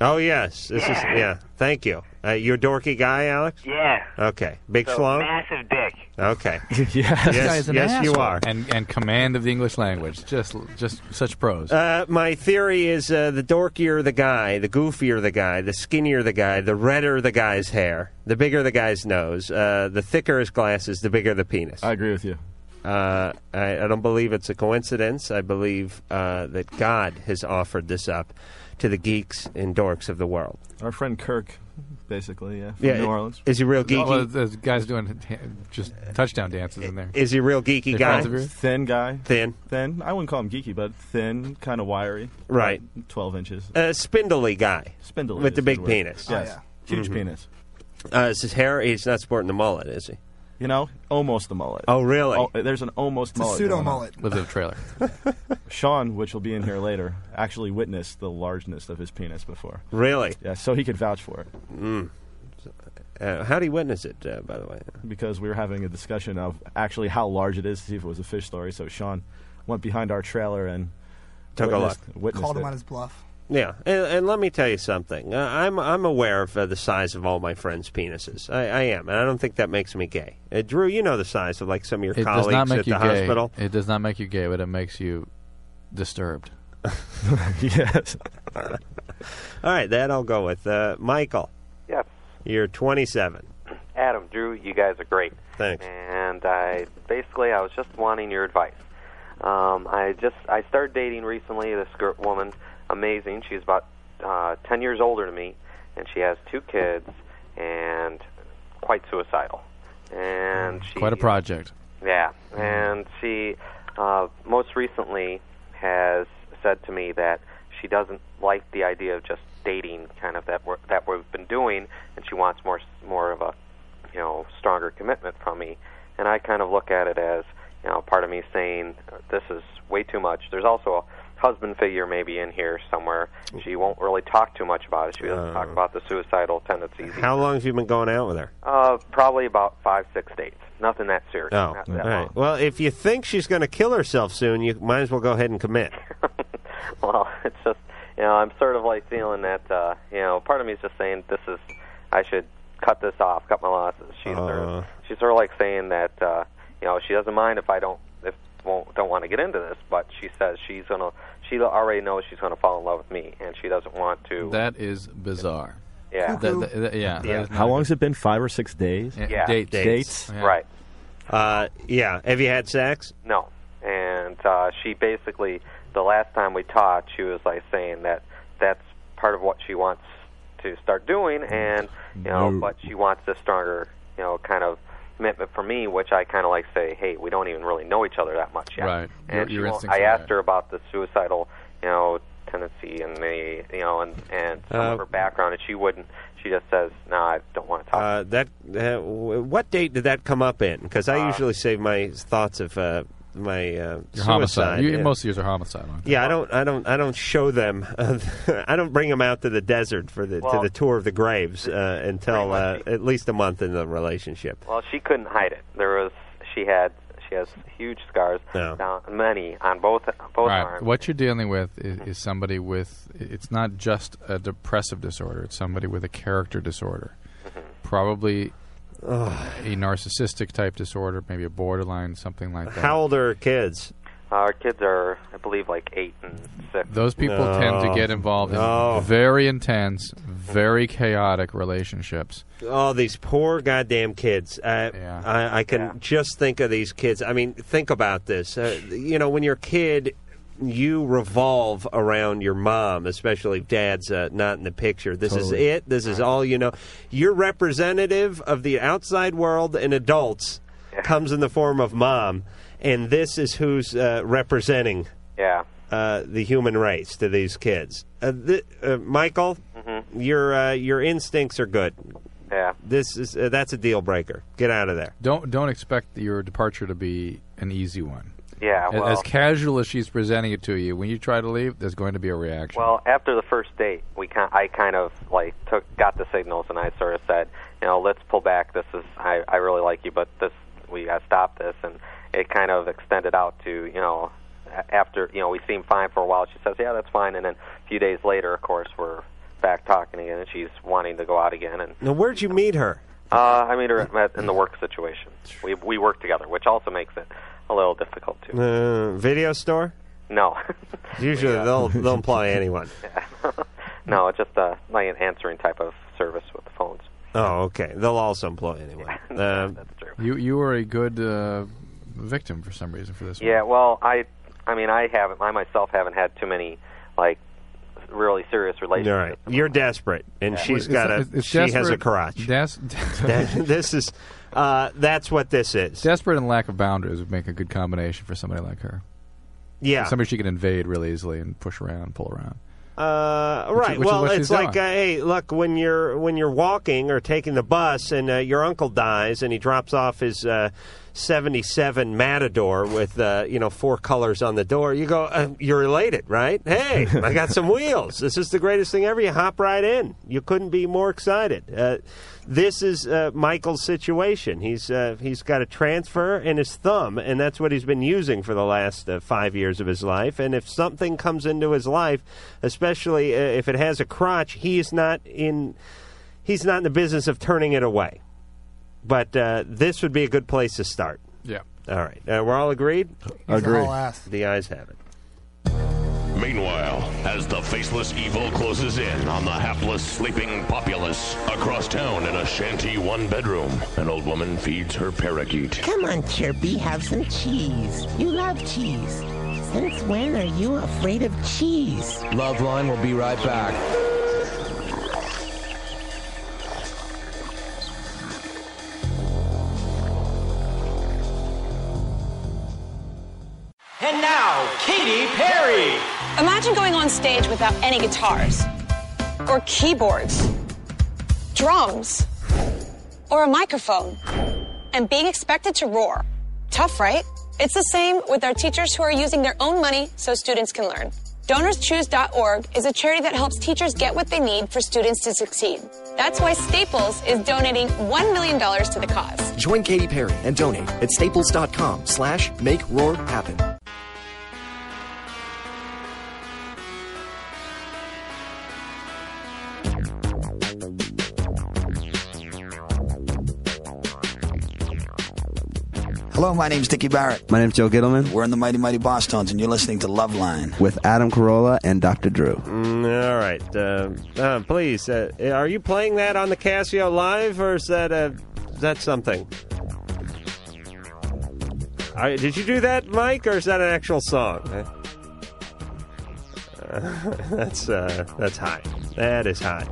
Oh yes, this is yeah. Thank you. Uh, you're a dorky guy, Alex.
Yeah.
Okay. Big
so
schlong.
Massive dick.
Okay.
yes,
Yes, yes, you are.
And and command of the English language. Just just such pros.
Uh, my theory is uh, the dorkier the guy, the goofier the guy, the skinnier the guy, the redder the guy's hair, the bigger the guy's nose, uh, the thicker his glasses, the bigger the penis. I
agree with you.
Uh, I, I don't believe it's a coincidence. I believe uh, that God has offered this up to the geeks and dorks of the world.
Our friend Kirk, basically, yeah, from
Yeah,
New
i-
Orleans.
is he real
Oh,
geeky?
well, there's guys doing ha- just touchdown dances in there.
Is he a real geeky
They're
guy?
friends of yours?
Thin guy.
Thin.
Thin. I wouldn't call him geeky, but thin, kind of wiry.
Right.
About Twelve inches.
Uh, spindly guy.
Spindly
With the
is a
big
good word.
penis. Mm-hmm.
Yes. Huge penis.
Uh, is his hair? He's not sporting the mullet, is he?
You know, almost the mullet.
Oh, really?
Oh, there's an almost
It's a
mullet.
pseudo
going on.
mullet.
Lives in a trailer.
Sean, which will be in here later, actually witnessed the largeness of his penis before.
Really?
Yeah, so he could vouch for it.
Mm. Uh, how do you witness it, uh, by the way?
Because we were having a discussion of actually how large it is to see if it was a fish story. So Sean went behind our trailer and
Took a
witnessed,
look.
Witnessed
Called him
it.
on his bluff.
Yeah, and, and let me tell you something. Uh, I'm I'm aware of uh, the size of all my friends' penises. I, I am, and I don't think that makes me gay. Uh, Drew, you know the size of like some of your
It does
colleagues
not
at
make
the
you gay.
hospital.
It does not make you gay, but it makes you disturbed.
yes.
all right, that I'll go with. Uh, Michael,
Yes,
you're 27.
Adam, Drew, you guys are great.
Thanks.
And I basically I was just wanting your advice. Um, I just I started dating recently. This gir- woman, amazing. She's about uh, ten years older than me, and she has two kids and quite suicidal. And she
Quite a project.
yeah, and she uh, most recently has said to me that she doesn't like the idea of just dating, kind of that we're, that we've been doing, and she wants more more of a you know stronger commitment from me. And I kind of look at it as you know part of me saying this is way too much. There's also a husband figure maybe in here somewhere. She won't really talk too much about it. She doesn't talk about the suicidal tendencies. e-,
How long have you been going out with her?
Uh, probably about five six dates. Nothing that serious.
Oh,
Not
all
that long.
right. Well, if you think she's going to kill herself soon, you might as well go ahead and commit.
Well, it's just you know I'm sort of like feeling that uh, you know part of me is just saying this is I should cut this off, cut my losses. She's sort
Uh,
of she's sort of like saying that uh, you know she doesn't mind if I don't if won't, don't want to get into this, but she says she's gonna she already knows she's gonna fall in love with me, and she doesn't want to.
That is bizarre.
Yeah.
That- that- that- yeah. that is not
How long has it been? Five or six days?
Yeah.
Dates.
Dates.
Right.
Uh, yeah. Have you had sex?
No. And uh, she basically, the last time we talked, she was like saying that that's part of what she wants to start doing, and you know,
No.
but she wants a stronger, you know, kind of commitment for me, which I kind of like say, hey, we don't even really know each other that much yet.
Right. Your-
And she
your
won't-
instincts
I
are
asked her about the suicidal, you know, tendency and the, you know, and and some
Uh,
of her background, and she wouldn't. She just says, no, I don't want to talk.
Uh, that uh, w- what date did that come up in? Because I
Uh,
usually save my thoughts of uh, my uh,
Your
suicide.
homicide. You,
yeah.
Most of yours are homicide. aren't
Yeah, I don't, I don't, I don't show them. Uh, I don't bring them out to the desert for the
Well,
to the tour of the graves uh, until uh, at least a month in the relationship.
Well, she couldn't hide it. There was she had she has huge scars,
No.
down, many on both both
Right.
arms.
What you're dealing with is, is somebody with. It's not just a depressive disorder. It's somebody with a character disorder, probably a narcissistic type disorder, maybe a borderline, something like that.
How old are her kids?
Our kids are, I believe, like eight and six.
Those people tend to
No.
get involved
No.
in very intense, very chaotic relationships.
Oh, these poor goddamn kids. Uh, I, I can just think of these kids. I mean, think about this. Uh, you know, when you're a kid, you revolve around your mom, especially if dad's uh, not in the picture. This
Totally.
is it. This is all you know. Your representative of the outside world and adults comes in the form of mom, and this is who's uh, representing
Yeah.
uh, the human race to these kids. Uh, th- uh, Michael, your uh, your instincts are good.
Mm-hmm. Yeah.
This is uh, that's a deal breaker. Get out of there.
Don't don't expect your departure to be an easy one.
Yeah,
A-
well-
as casual as she's presenting it to you, when you try to leave, there's going to be a reaction.
Well, after the first date, we kind I kind of like took got the signals and I sort of said, you know, let's pull back. This is I I really like you, but this we got to stop this. And it kind of extended out to you know a- after you know we seemed fine for a while. She says, yeah, that's fine. And then a few days later, of course, we're back talking again, and she's wanting to go out again. And
Now, where'd you meet her?
uh, I meet her at- at- in the work situation. We we work together, which also makes it a little difficult too.
Uh, video store.
No,
Usually they'll they'll employ anyone.
no, it's just uh, like an answering type of service with the phones.
Oh, okay. They'll also employ anyone. Um,
You you were a good uh, victim for some reason for this.
Yeah, well, I, I mean, I haven't. I myself haven't had too many like really serious
All
relationships.
right, you're desperate, and
Yeah.
she's
It's-
got a
it's- it's
she has a
desperate-
crotch.
Des-
That- this is uh, that's what this is.
Desperate and lack of boundaries would make a good combination for somebody like her.
Yeah.
somebody she can invade really easily and push around, pull around.
Uh,
Which-
right.
which is
well,
what
it's
she's
like, uh,
doing.
hey, look, when you're when you're walking or taking the bus, and uh, your uncle dies, and he drops off his uh, '77 Matador with uh, you know four colors on the door. You go, uh, you're elated, right? Hey, I got some wheels. This is the greatest thing ever. You hop right in. You couldn't be more excited. Uh, this is uh, Michael's situation. He's uh, he's got a transfer in his thumb, and that's what he's been using for the last uh, five years of his life. And if something comes into his life, especially uh, if it has a crotch, he is not in he's not in the business of turning it away. But uh, this would be a good place to start.
Yeah.
All right, uh, we're all agreed.
He's Agreed. all ass.
The eyes have it.
Meanwhile, as the faceless evil closes in on the hapless sleeping populace across town in a shanty one bedroom, an old woman feeds her parakeet.
Come on, Chirpy, have some cheese. You love cheese. Since when are you afraid of cheese?
Loveline will be right back.
And now, Katy Perry. Imagine going on stage without any guitars, or keyboards, drums, or a microphone, and being expected to roar. Tough, right? It's the same with our teachers who are using their own money so students can learn. DonorsChoose.org is a charity that helps teachers get what they need for students to succeed. That's why Staples is donating $1 million to the cause.
Join Katy Perry and donate at staples.com slash make roar happen.
Hello, my name's Dickie Barrett.
My name's Joe Gittleman
We're in the Mighty Mighty Boss Tones, and you're listening to Love Line.
with Adam Carolla and Dr. Drew.
Mm, all right. Uh, uh, please, uh, are you playing that on the Casio Live, or is that uh, is that something? All right, did you do that, Mike, or is that an actual song? Uh, that's uh, that's hot. That is hot.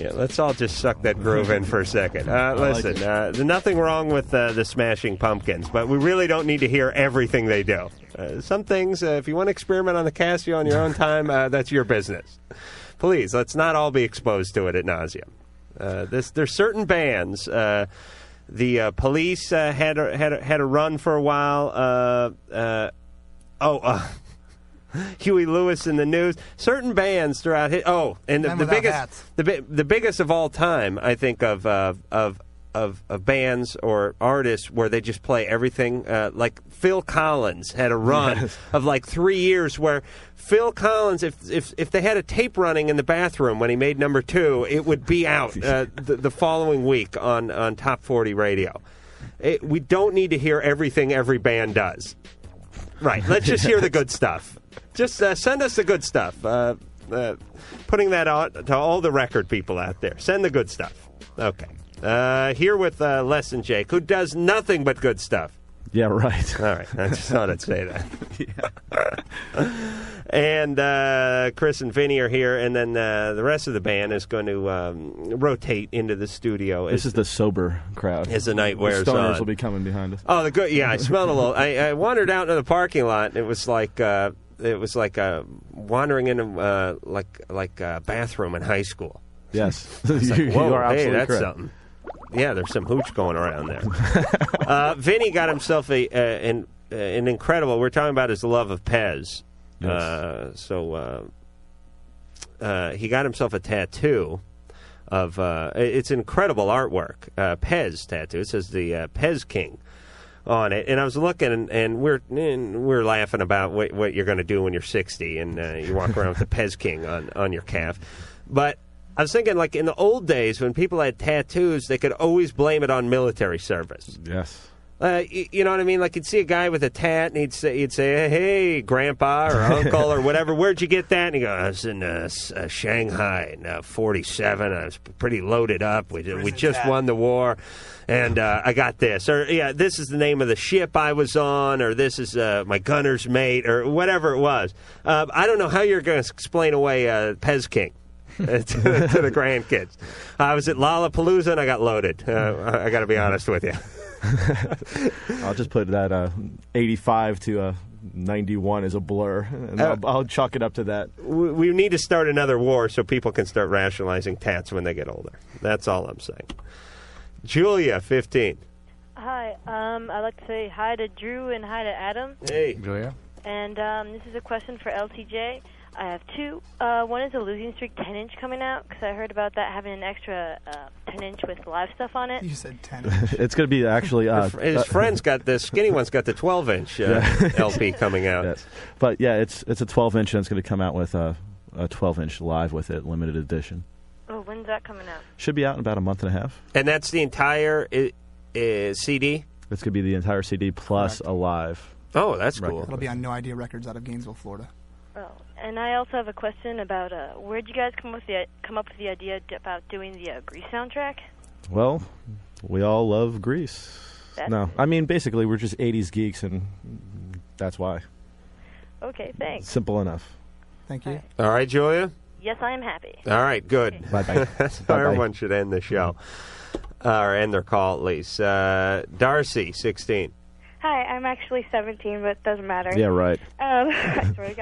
Yeah, let's all just suck that groove in for a second. Uh,
I like
listen, uh, there's nothing wrong with uh, the Smashing Pumpkins, but we really don't need to hear everything they do. Uh, some things, uh, if you want to experiment on the Casio on your own time, uh, that's your business. Please, let's not all be exposed to it at nauseum. Uh, this, there's certain bands. Uh, the uh, police uh, had a, had a, had a run for a while. Uh, uh, oh. Uh, Huey Lewis in the news. Certain bands throughout. His, oh, and the,
Men
the
Without
biggest,
Hats.
the bi- the biggest of all time, I think of uh, of of of bands or artists where they just play everything. Uh, like Phil Collins had a run of like three years where Phil Collins, if if if they had a tape running in the bathroom when he made number two, it would be out uh, the, the following week on on top forty radio. It, we don't need to hear everything every band does. Right. Let's just hear the good stuff. Just uh, send us the good stuff. Uh, uh, putting that out to all the record people out there. Send the good stuff. Okay. Uh, here with uh, Lesson Jake, who does nothing but good stuff.
Yeah, right.
All right. I just thought I'd say that. and uh, Chris and Vinny are here, and then uh, the rest of the band is going to um, rotate into the studio.
This
as-
is the sober crowd.
As the night wears
stoners
on.
will be coming behind us.
Oh, the good. Yeah, I smelled a little. I, I wandered out into the parking lot. And it was like uh, it was like uh, wandering in a uh, like like a bathroom in high school.
Yes.
I was like,
You- you
Whoa,
are
hey,
absolutely
that's
correct.
something. Yeah, there's some hooch going around there. uh, Vinny got himself a, a an uh, an incredible. We're talking about his love of Pez. Uh, so uh, uh, he got himself a tattoo of uh, it- it's incredible artwork. Uh, Pez tattoo. It says the uh, Pez King on it, and I was looking, and, and we're and we're laughing about what, what you're going to do when you're 60 and uh, you walk around with the Pez King on on your calf, but. I was thinking, like in the old days when people had tattoos, they could always blame it on military service.
Yes.
Uh, you, you know what I mean? Like you'd see a guy with a tat, and he'd say, he'd say, "Hey, grandpa or uncle or whatever, where'd you get that?" And he goes, "I was in uh, S- uh, Shanghai in uh, '47. I was pretty loaded up. We, we just won the war, and uh, I got this. Or yeah, this is the name of the ship I was on, or this is uh, my gunner's mate, or whatever it was. Uh, I don't know how you're going to explain away uh, Pez King." to, to the grandkids, I was at Lollapalooza and I got loaded. Uh, I, I got to be honest with you.
I'll just put that uh, 85 to uh, 91 as a blur, and
Uh,
I'll, I'll chalk it up to that.
we we need to start another war so people can start rationalizing tats when they get older. That's all I'm saying. Julia, 15.
Hi, um, I'd like to say hi to Drew and hi to Adam.
Hey. Julia.
And um, this is a question for LTJ. I have two. Uh, one is a losing streak 10 inch coming out because I heard about that having an extra uh, 10 inch with live stuff on it.
You said 10.
it's going to be actually. Uh,
His
uh,
friend's got the skinny one's got the 12 inch uh,
Yeah.
LP coming out.
But yeah, it's it's a 12 inch, and it's going to come out with a, a 12 inch live with it, limited edition.
Oh, when's that coming out?
Should be out in about a month and a half.
And that's the entire i uh, CD.
It's going to be the entire CD plus a live.
Oh, that's
record.
It'll be on No Idea Records out of Gainesville, Florida.
Oh, and I also have a question about uh, where'd you guys come with the come up with the idea d- about doing the uh, Grease soundtrack?
Well, we all love Greece.
That's-
No, I mean basically we're just 80s geeks, and that's why.
Okay, thanks.
Simple enough.
Thank you.
All right, Julia?
Yes, I am happy.
All right, good.
Bye bye.
That's how everyone should end the show, uh, or end their call at least. Uh, Darcy, 16.
Hi, I'm actually 17, but it doesn't matter.
Yeah, right.
Um, I swear to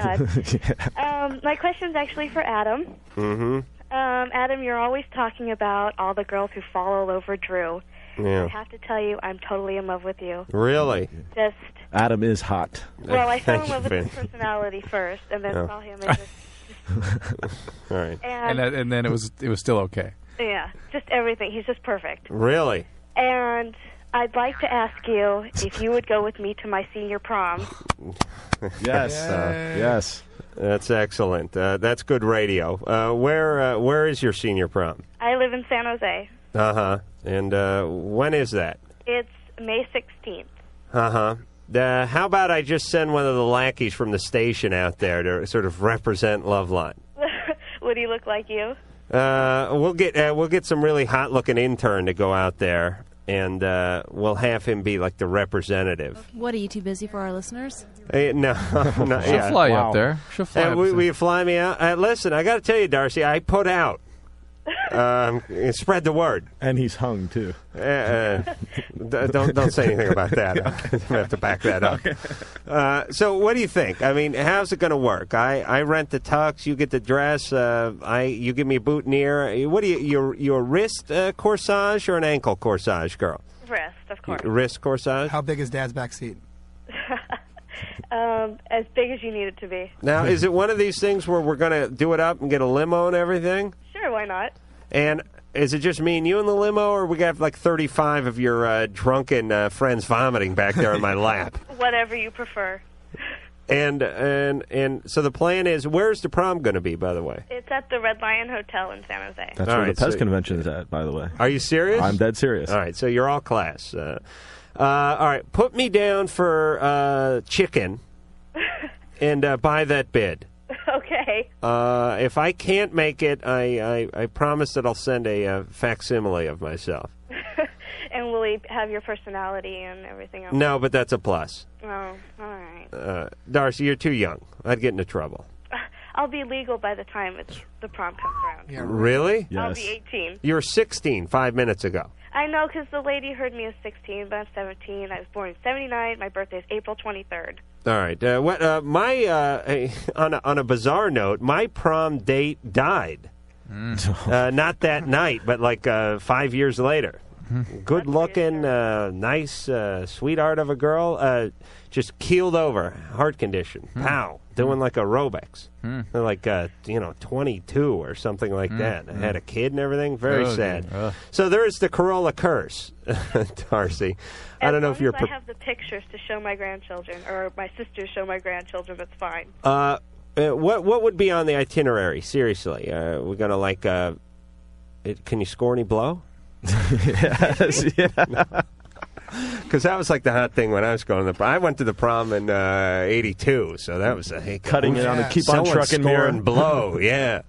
God. Um, my question's actually for Adam.
Mm
Um, Adam, you're always talking about all the girls who fall all over Drew.
hmm. Yeah.
I have to tell you, I'm totally in love with you.
Really?
Just,
Adam is hot.
well, I fell in love with his personality first, and then
Oh.
saw him and just,
All right.
And-
And, that- and then it was it was still okay.
yeah, just everything. He's just perfect.
Really?
And I'd like to ask you if you would go with me to my senior prom.
Yes. yes.
uh, That's excellent. Uh, that's good radio. Uh, where uh, Where is your senior prom?
I live in San Jose.
Uh huh. And uh, when is that?
It's May 16th.
Uh huh. Uh, how about I just send one of the lackeys from the station out there to sort of represent Loveline?
would he look like you?
Uh, we'll get uh, we'll get some really hot looking intern to go out there, and uh, we'll have him be like the representative.
What are you too busy for our listeners?
Eh, no, no,
She'll
yeah.
fly you up Wow. there. She'll fly
Eh,
up
will,
there.
will you fly me out? Uh, listen, I got to tell you, Darcy, I put out. Um, spread the word.
And he's hung too.
Uh, uh, d- don't don't say anything about that. I'm gonna have to back that up. Uh, so, what do you think? I mean, how's it going to work? I, I rent the tux, you get the dress. Uh, I you give me a boutonniere. What do you your your wrist uh, corsage or an ankle corsage, girl?
Rest, of course.
Wrist corsage.
How big is Dad's back seat?
Um, as big as you need it to be.
Now, is it one of these things where we're going to do it up and get a limo and everything?
Sure, why not?
And is it just me and you in the limo, or we got like 35 of your uh, drunken uh, friends vomiting back there in my lap?
Whatever you prefer.
And and and so the plan is, where's the prom going to be? By the way,
It's at the Red Lion Hotel in San Jose.
That's
All
where
right,
the PES
so-
convention is at, by the way.
are you serious?
I'm dead serious.
All right, so you're all class. Uh, uh, all right, put me down for uh, chicken, and uh, buy that bid.
okay.
Uh, if I can't make it, I, I, I promise that I'll send a uh, facsimile of myself.
And will we have your personality and everything else?
No, but that's a plus.
Oh, all right.
Uh, Darcy, you're too young. I'd get into trouble.
I'll be legal by the time it's, the prom comes around.
Really?
I'll be 18.
You were 16 five minutes ago.
I know because the lady heard me as 16, but I'm 17. I was born in 79. My birthday's April 23rd.
All right. Uh, what, uh, my uh, on a, on a bizarre note, my prom date died. uh, not that night, but like uh, five years later. Good looking, uh, nice uh, sweetheart of a girl, uh, just keeled over, heart condition, pow, doing like aerobics,
Hmm.
like uh, you know, twenty two or something like that. I had a kid and everything, very
Oh,
sad.
dear. Ugh.
So there is the Corolla curse, Darcy. I don't know if you're.
I have the pictures to show my grandchildren, or my sisters show my grandchildren. That's fine.
Uh, uh, what what would be on the itinerary? Seriously, uh, we're gonna like. Uh, it, can you score any blow? yes. Because that was like the hot thing when I was going to the prom. I went to the prom in uh, '82, so that was a hey,
Cutting it on the keep on
someone
trucking mirror.
scoring blow. Yeah,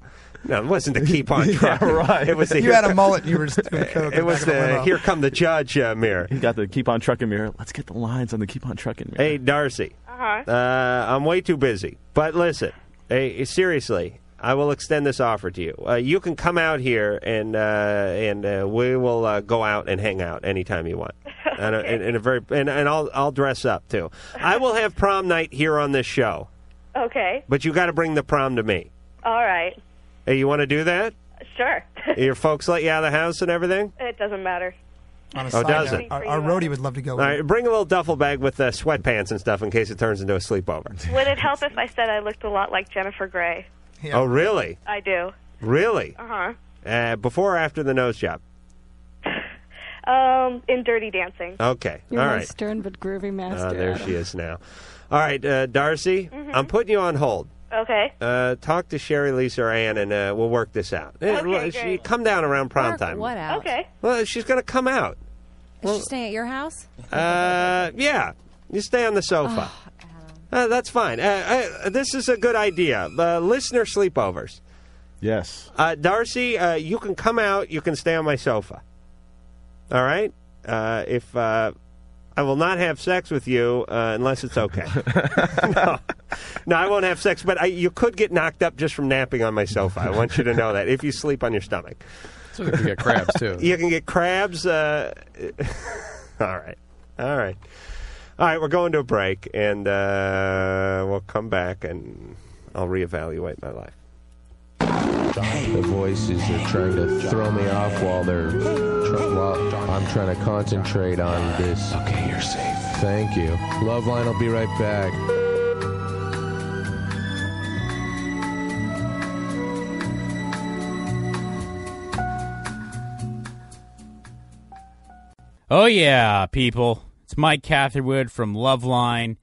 no, it wasn't the keep on trucking. It was the
you had a mullet. You were just doing coke.
It was the here come the judge uh, mirror.
He got the keep on trucking mirror. Let's get the lines on the keep on trucking mirror.
Hey, Darcy.
Uh-huh.
Uh, I'm way too busy. But listen, hey, seriously, I will extend this offer to you. Uh, you can come out here, and uh, and uh, we will uh, go out and hang out anytime you want. and, uh, in, in a very and, and I'll I'll dress up too. I will have prom night here on this show,
Okay.
but you got to bring the prom to me.
All right.
Hey, you want to do that?
Sure.
Your folks let you out of the house and everything.
it doesn't matter.
On a
Oh,
side
does
note,
it?
Our, our roadie would love to go.
All
With
right, bring a little duffel bag with uh, sweatpants and stuff in case it turns into a sleepover.
Would it help if I said I looked a lot like Jennifer Grey?
Oh, really?
I do.
Really?
Uh-huh.
Uh
Uh, before or after the nose job?
huh. Um, in Dirty Dancing.
Okay.
You're
All
my
right.
stern but groovy master.
Uh, there
Adam.
she is now. All right, uh, Darcy,
Mm-hmm.
I'm putting you on hold.
Okay.
Uh, talk to Sherry, Lisa, or Ann, and uh, we'll work this out. Eh,
Okay,
l- she,
great.
come down around prom
Work
time.
What out? Okay.
Well, she's going to come out.
Is she staying at your house?
Uh, yeah, you stay on the sofa.
Oh,
Uh, that's fine. Uh, uh, this is a good idea. Uh, listener sleepovers.
Yes.
Uh, Darcy, uh, you can come out. You can stay on my sofa. All right. Uh, if uh, I will not have sex with you uh, unless it's okay. no. no, I won't have sex. But I, you could get knocked up just from napping on my sofa. I want you to know that if you sleep on your stomach,
So you get crabs too.
you can get crabs. Uh, all right. All right. All right. We're going to a break, and uh, we'll come back, and I'll reevaluate my life.
The voices are trying to throw me off while they're while I'm trying to concentrate on this. Okay, you're safe. Thank you. Loveline will be right back.
Oh yeah, people. It's Mike Catherwood from Loveline.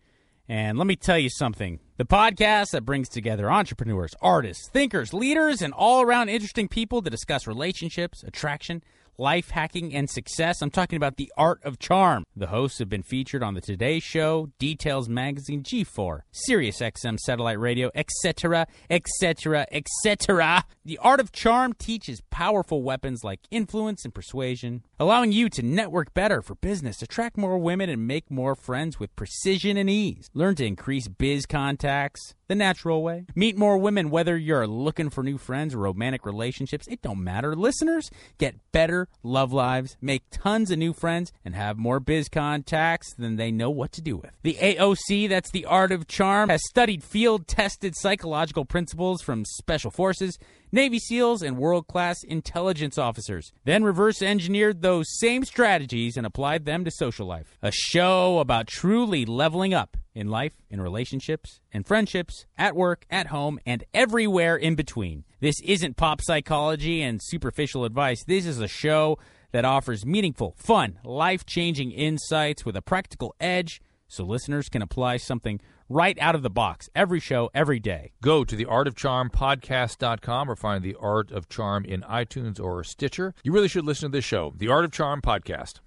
And let me tell you something. The podcast that brings together entrepreneurs, artists, thinkers, leaders, and all around interesting people to discuss relationships, attraction, life hacking, and success. I'm talking about The Art of Charm. The hosts have been featured on The Today Show, Details Magazine, G4, Sirius XM Satellite Radio, etc., etc., etc. The Art of Charm teaches powerful weapons like influence and persuasion, allowing you to network better for business, attract more women, and make more friends with precision and ease. Learn to increase biz contacts the natural way. Meet more women, whether you're looking for new friends or romantic relationships, it don't matter. Listeners, get better love lives, make tons of new friends, and have more biz contacts than they know what to do with. The AOC, that's the art of charm, has studied field tested psychological principles from special forces. Navy SEALs, and world class intelligence officers, then reverse engineered those same strategies and applied them to social life. A show about truly leveling up in life, in relationships, and friendships, at work, at home, and everywhere in between. This isn't pop psychology and superficial advice. This is a show that offers meaningful, fun, life changing insights with a practical edge so listeners can apply something right out of the box every show, every day.
Go to the Art of Charm podcast.com or find the Art of Charm in iTunes or Stitcher. You really should listen to this show, the Art of Charm podcast.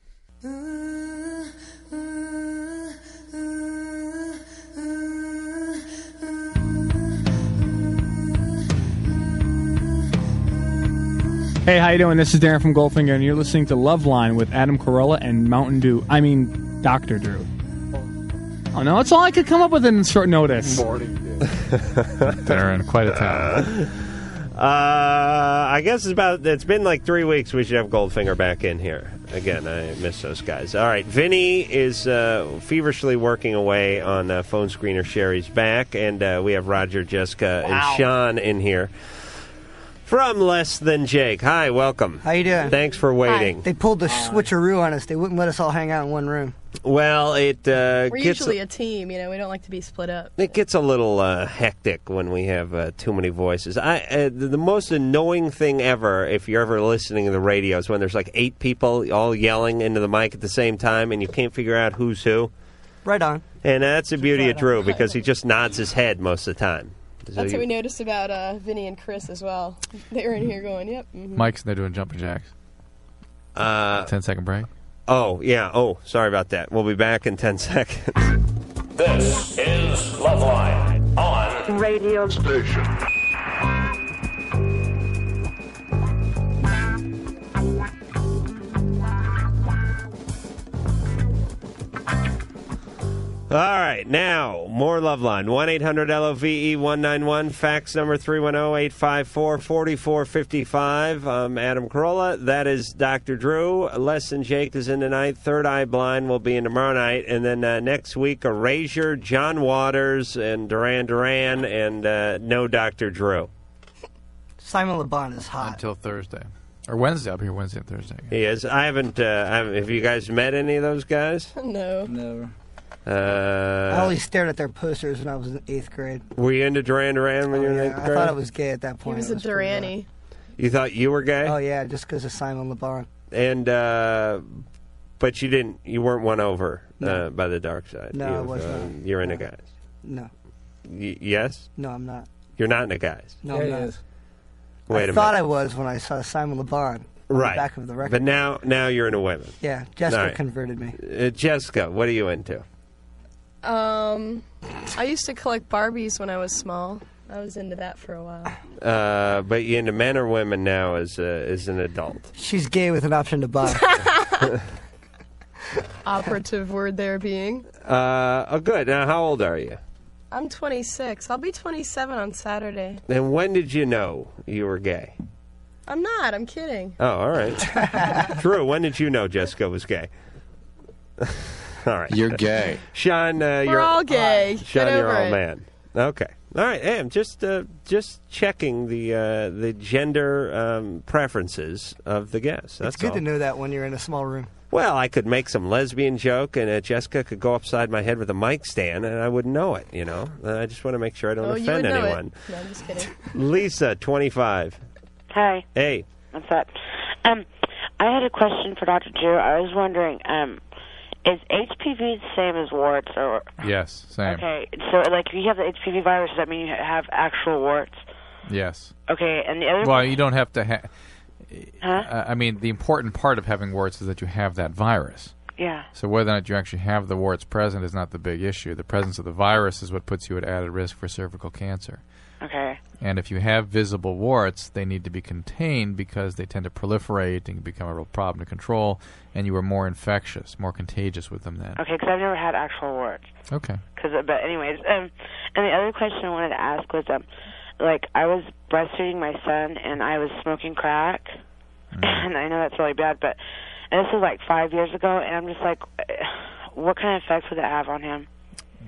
Hey, how you doing? This is Darren from Goldfinger, and you're listening to Love Line with Adam Carolla and Mountain Dew. I mean, Doctor Drew. Oh no, that's all I could come up with in short notice.
Darren, quite a time.
Uh, I guess it's about. It's been like three weeks. We should have Goldfinger back in here again. I miss those guys. All right, Vinny is uh, feverishly working away on uh, phone screener Sherry's back, and uh, we have Roger, Jessica, and Sean in here from Less Than Jake. Hi, welcome. How
you doing?
Thanks for waiting.
They pulled the switcheroo on us. They wouldn't let us all hang out in one room.
Well, it uh,
We're
gets
usually a team, you know. We don't like to be split up.
It gets a little uh, hectic when we have uh, too many voices. I uh, the, the most annoying thing ever, if you're ever listening to the radio, is when there's like eight people all yelling into the mic at the same time, and you can't figure out who's who.
Right on.
And that's the beauty of Drew because he just nods his head most of the time. So
That's
you-
what we noticed about uh, Vinny and Chris as well. They were in here going, "Yep." mhm."
Mike's there doing jumping jacks.
Uh,
10 second break.
Oh yeah. Oh, sorry about that. We'll be back in ten seconds.
This is Loveline on radio station.
All right, now more love line one eight hundred L O V E one nine one fax number 310-854-4455. Um, Adam Carolla, that is Doctor Drew. Less than Jake is in tonight. Third Eye Blind will be in tomorrow night, and then uh, next week Erasure, John Waters, and Duran Duran, and uh, no Doctor Drew.
Simon LeBon is hot.
Until Thursday. Or Wednesday. I'll be here Wednesday and Thursday.
He is. I haven't. Uh, I haven't have you guys met any of those guys?
no.
Never. I
Uh,
only stared at their posters when I was in eighth grade.
were you into Duran Duran when you were in eighth
Oh, I
grade?
thought I was gay at that
He
point.
was
It
a Durani.
You thought you were gay?
Oh yeah, just because of Simon LeBon.
and uh, but you didn't you weren't won over uh, by the dark side
No, I
You've,
was
uh,
not.
you're into guys
No,
y- yes
no, I'm not.
you're not into guys
No, I'm not.
wait a
I thought
minute
I was when I saw Simon LeBon on
right
the back of the record.
but now now you're into women
yeah, Jessica
All right.
converted me.
uh, jessica what are you into
Um, I used to collect Barbies when I was small. I was into that for a while.
uh, but you into men or women now as uh, as an adult
She's gay with an option to buy.
Operative word there being.
uh, oh good now how old are you
I'm 26. I'll be 27 on Saturday.
and when did you know you were gay
I'm not. I'm kidding.
oh all right drew when did you know jessica was gay all right
You're gay.
sean uh,
We're
you're
all gay.
Sean,
Get
you're
over
all
it.
man. Okay. All right. Hey, I'm just uh, just checking the uh, the gender um, preferences of the guests. That's
it's good
all.
to know that when you're in a small room.
Well, I could make some lesbian joke, and uh, Jessica could go upside my head with a mic stand, and I wouldn't know it. You know, Uh, I just want to make sure I don't
oh, you would
offend
know
anyone.
it. No, I'm just kidding.
Lisa, 25.
Hi,
Hey,
what's up? Um, I had a question for Dr. Drew. I was wondering, um, is HPV the same as warts? Or
Yes, same.
okay, so like if you have the HPV virus, does that mean you have actual warts?
Yes.
Okay, and the other
Well, you don't have to ha- I I mean, the important part of having warts is that you have that virus.
Yeah.
So whether or not you actually have the warts present is not the big issue. The presence of the virus is what puts you at added risk for cervical cancer.
Okay.
And if you have visible warts, they need to be contained because they tend to proliferate and become a real problem to control, and you are more infectious, more contagious with them then.
Okay, because I've never had actual warts.
Okay.
Cause, but anyways, um, and the other question I wanted to ask was, um, like I was breastfeeding my son and I was smoking crack,
Mm-hmm.
and I know that's really bad, but and this was like five years ago, and I'm just like, what kind of effects would it have on him?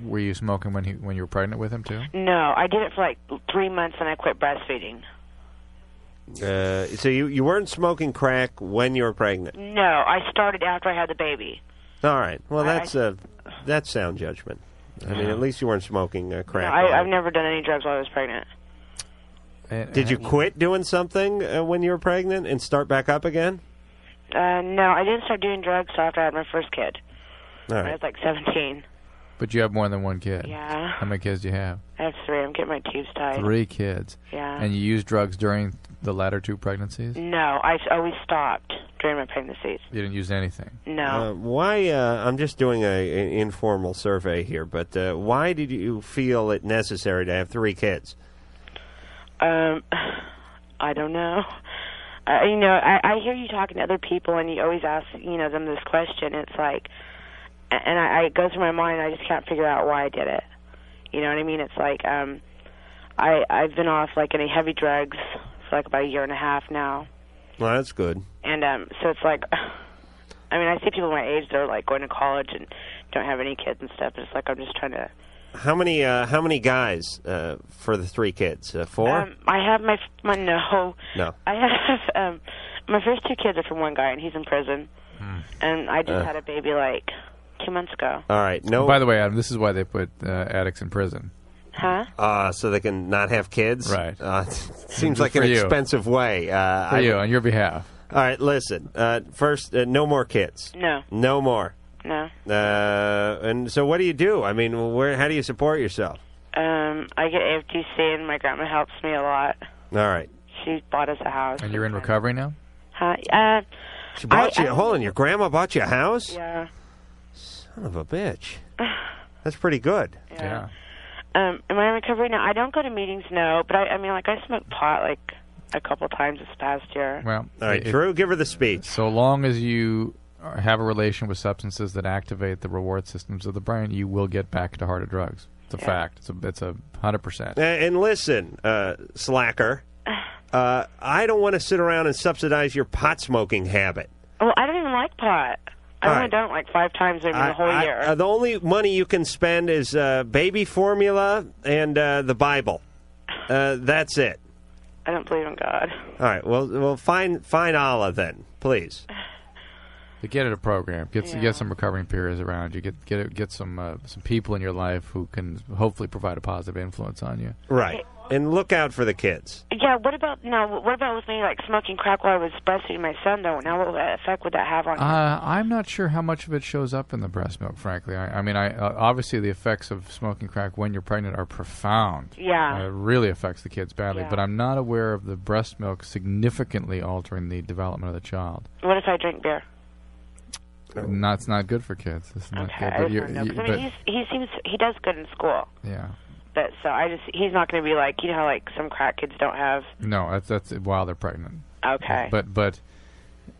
Were you smoking when he when you were pregnant with him too?
No, I did it for like three months and I quit breastfeeding.
Uh, so you, you weren't smoking crack when you were pregnant.
No, I started after I had the baby.
All right. Well, that's uh, that's sound judgment. I mean, at least you weren't smoking uh,
No,
crack.
I, I've never done any drugs while I was pregnant.
Did you quit doing something uh, when you were pregnant and start back up again?
Uh, no, I didn't start doing drugs till after I had my first kid.
All
I
right.
was like 17.
But you have more than one kid.
Yeah.
How many kids do you have?
I have three. I'm getting my tubes tied.
Three kids.
Yeah.
And you use drugs during the latter two pregnancies?
No, I s- always stopped during my pregnancies.
You didn't use anything.
No.
Uh, why? Uh, I'm just doing a, a informal survey here, but uh, why did you feel it necessary to have three kids?
Um, I don't know. Uh, you know, I, I hear you talking to other people, and you always ask, you know, them this question. It's like, a- and I, I it goes through my mind. I just can't figure out why I did it. You know what I mean? It's like, um, I I've been off like any heavy drugs for like about a year and a half now,
Well, that's good.
and um, so it's like, I mean, I see people my age that are like going to college and don't have any kids and stuff. It's like I'm just trying to.
How many? Uh, how many guys uh, for the three kids? Uh, four?
Um, I have my f- my no.
no.
I have um my first two kids are from one guy and he's in prison. And I just
Uh.
had a baby like two months ago.
All right. No.
By the way, Adam, this is why they put uh, addicts in prison.
Huh?
Uh, so they can not have kids. Right. Uh, seems
Good
like an
for you.
expensive way. Uh,
For you, on your behalf.
All right. Listen. Uh, first, uh, no more kids.
No.
No more.
No.
Uh, and so, what do you do? I mean, where? How do you support yourself?
Um I get AFTC and my grandma helps me a lot.
All right.
She bought us a house.
And you're in recovery now?
Huh? Uh
She bought you. hold on. Your grandma bought you a house.
yeah.
Son of a bitch. That's pretty good.
Yeah.
Um am I in recovery now? I don't go to meetings no, but I I mean like I smoked pot like a couple times this past year.
Well,
All right, Drew, give her the speech.
So long as you are- have a relation with substances that activate the reward systems of the brain, you will get back to harder drugs. It's a fact. It's a, it's a 100%.
A- And, listen, uh, slacker. Uh, I don't want to sit around and subsidize your pot smoking habit.
Well, I don't even like pot. I
All
only
right.
done it like five times maybe the whole
I-
year.
uh, the only money you can spend is uh, baby formula and uh, the Bible. Uh, that's it.
I don't believe in God.
All right. Well, well, find find Allah then, please.
But get at a program. Get s get some recovering peers around you. Get get a- get some uh, some people in your life who can hopefully provide a positive influence on you.
Right. And look out for the kids.
Yeah, what about now? What about with me like smoking crack while I was breastfeeding my son though? Now what effect would that have on?
Uh, I'm not sure how much of it shows up in the breast milk. Frankly, I, I mean, I uh, obviously the effects of smoking crack when you're pregnant are profound.
Yeah.
Uh, it really affects the kids badly.
Yeah.
But I'm not aware of the breast milk significantly altering the development of the child.
what if I drink beer?
Not, it's not good for kids. It's not
Okay,
good.
I
But
just
you're,
don't know.
you-
'Cause, I
but-
mean, he's, he seems he does good in school,
yeah.
but so I just he's not going to be like you know how like some crack kids don't have.
No, that's that's while they're pregnant.
Okay.
But but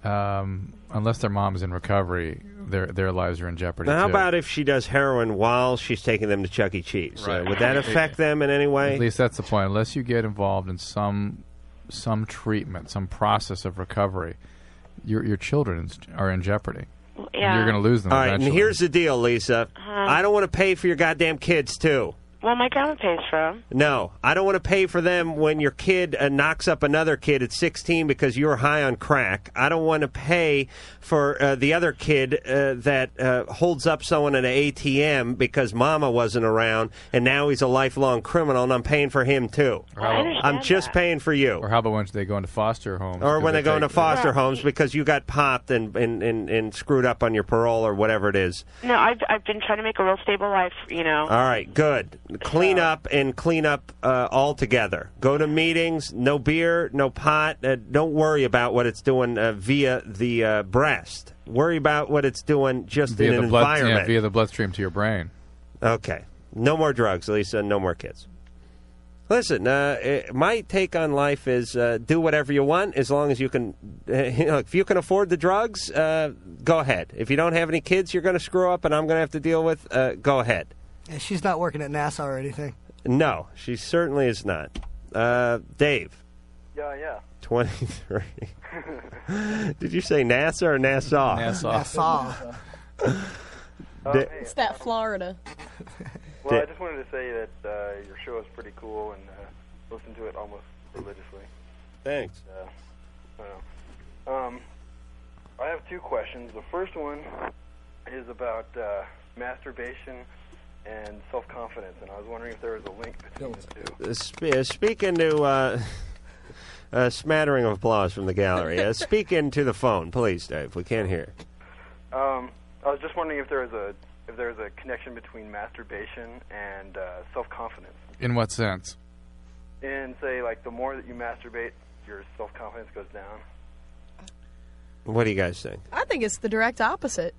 um, unless their mom is in recovery, their their lives are in jeopardy.
Now, how
too.
about if she does heroin while she's taking them to Chuck E. Cheese? Uh, would that affect them in any way?
At least that's the point. Unless you get involved in some some treatment, some process of recovery, your your children is- are in jeopardy.
yeah.
You're going to lose them.
All right, and
eventually.
here's the deal, Lisa.
Uh-huh.
I don't want to pay for your goddamn kids too.
Well, my grandma pays for him.
No, I don't want to pay for them when your kid uh, knocks up another kid at 16 because you're high on crack. I don't want to pay for uh, the other kid uh, that uh, holds up someone at an ATM because mama wasn't around and now he's a lifelong criminal and I'm paying for him too.
I understand
I'm just paying for you.
Or how about when they go into foster homes?
Or
do
when they go into
take-
foster homes because you got popped and, and, and, and screwed up on your parole or whatever it is.
No, I've I've been trying to make a real stable life, you know.
All right, good. clean up and clean up uh, altogether. Go to meetings, no beer, no pot. Uh, don't worry about what it's doing uh, via the uh, breast. Worry about what it's doing just
Via
in
the
an
blood- yeah,
environment.
via the bloodstream to your brain.
Okay. No more drugs, Lisa. No more kids. Listen, uh, eh, my take on life is uh, do whatever you want as long as you can. uh, You know, if you can afford the drugs, uh, go ahead. If you don't have any kids, you're going to screw up, and I'm going to have to deal with. Uh, go ahead.
Yeah, she's not working at NASA or anything.
No, she certainly is not. Uh, Dave,
Yeah, yeah.
23. Did you say NASA or Nassau?
Nassau.
Uh,
Nassau.
Oh,
Da-
hey.
It's that Florida.
Well,
Da-
I just wanted to say that uh, your show is pretty cool and uh, listen to it almost religiously.
Thanks.
Uh, I don't know. Um, I have two questions. The first one is about uh, masturbation and self confidence, and I was wondering if there was a link between the two.
Uh, sp- uh, speaking to uh, a smattering of applause from the gallery. Uh, speak into the phone, please, Dave. We can't hear.
Um, I was just wondering if there was a if there was a connection between masturbation and uh, self confidence.
In what sense?
And say, like, the more that you masturbate, your self confidence goes down.
What do you guys think?
I think it's the direct opposite.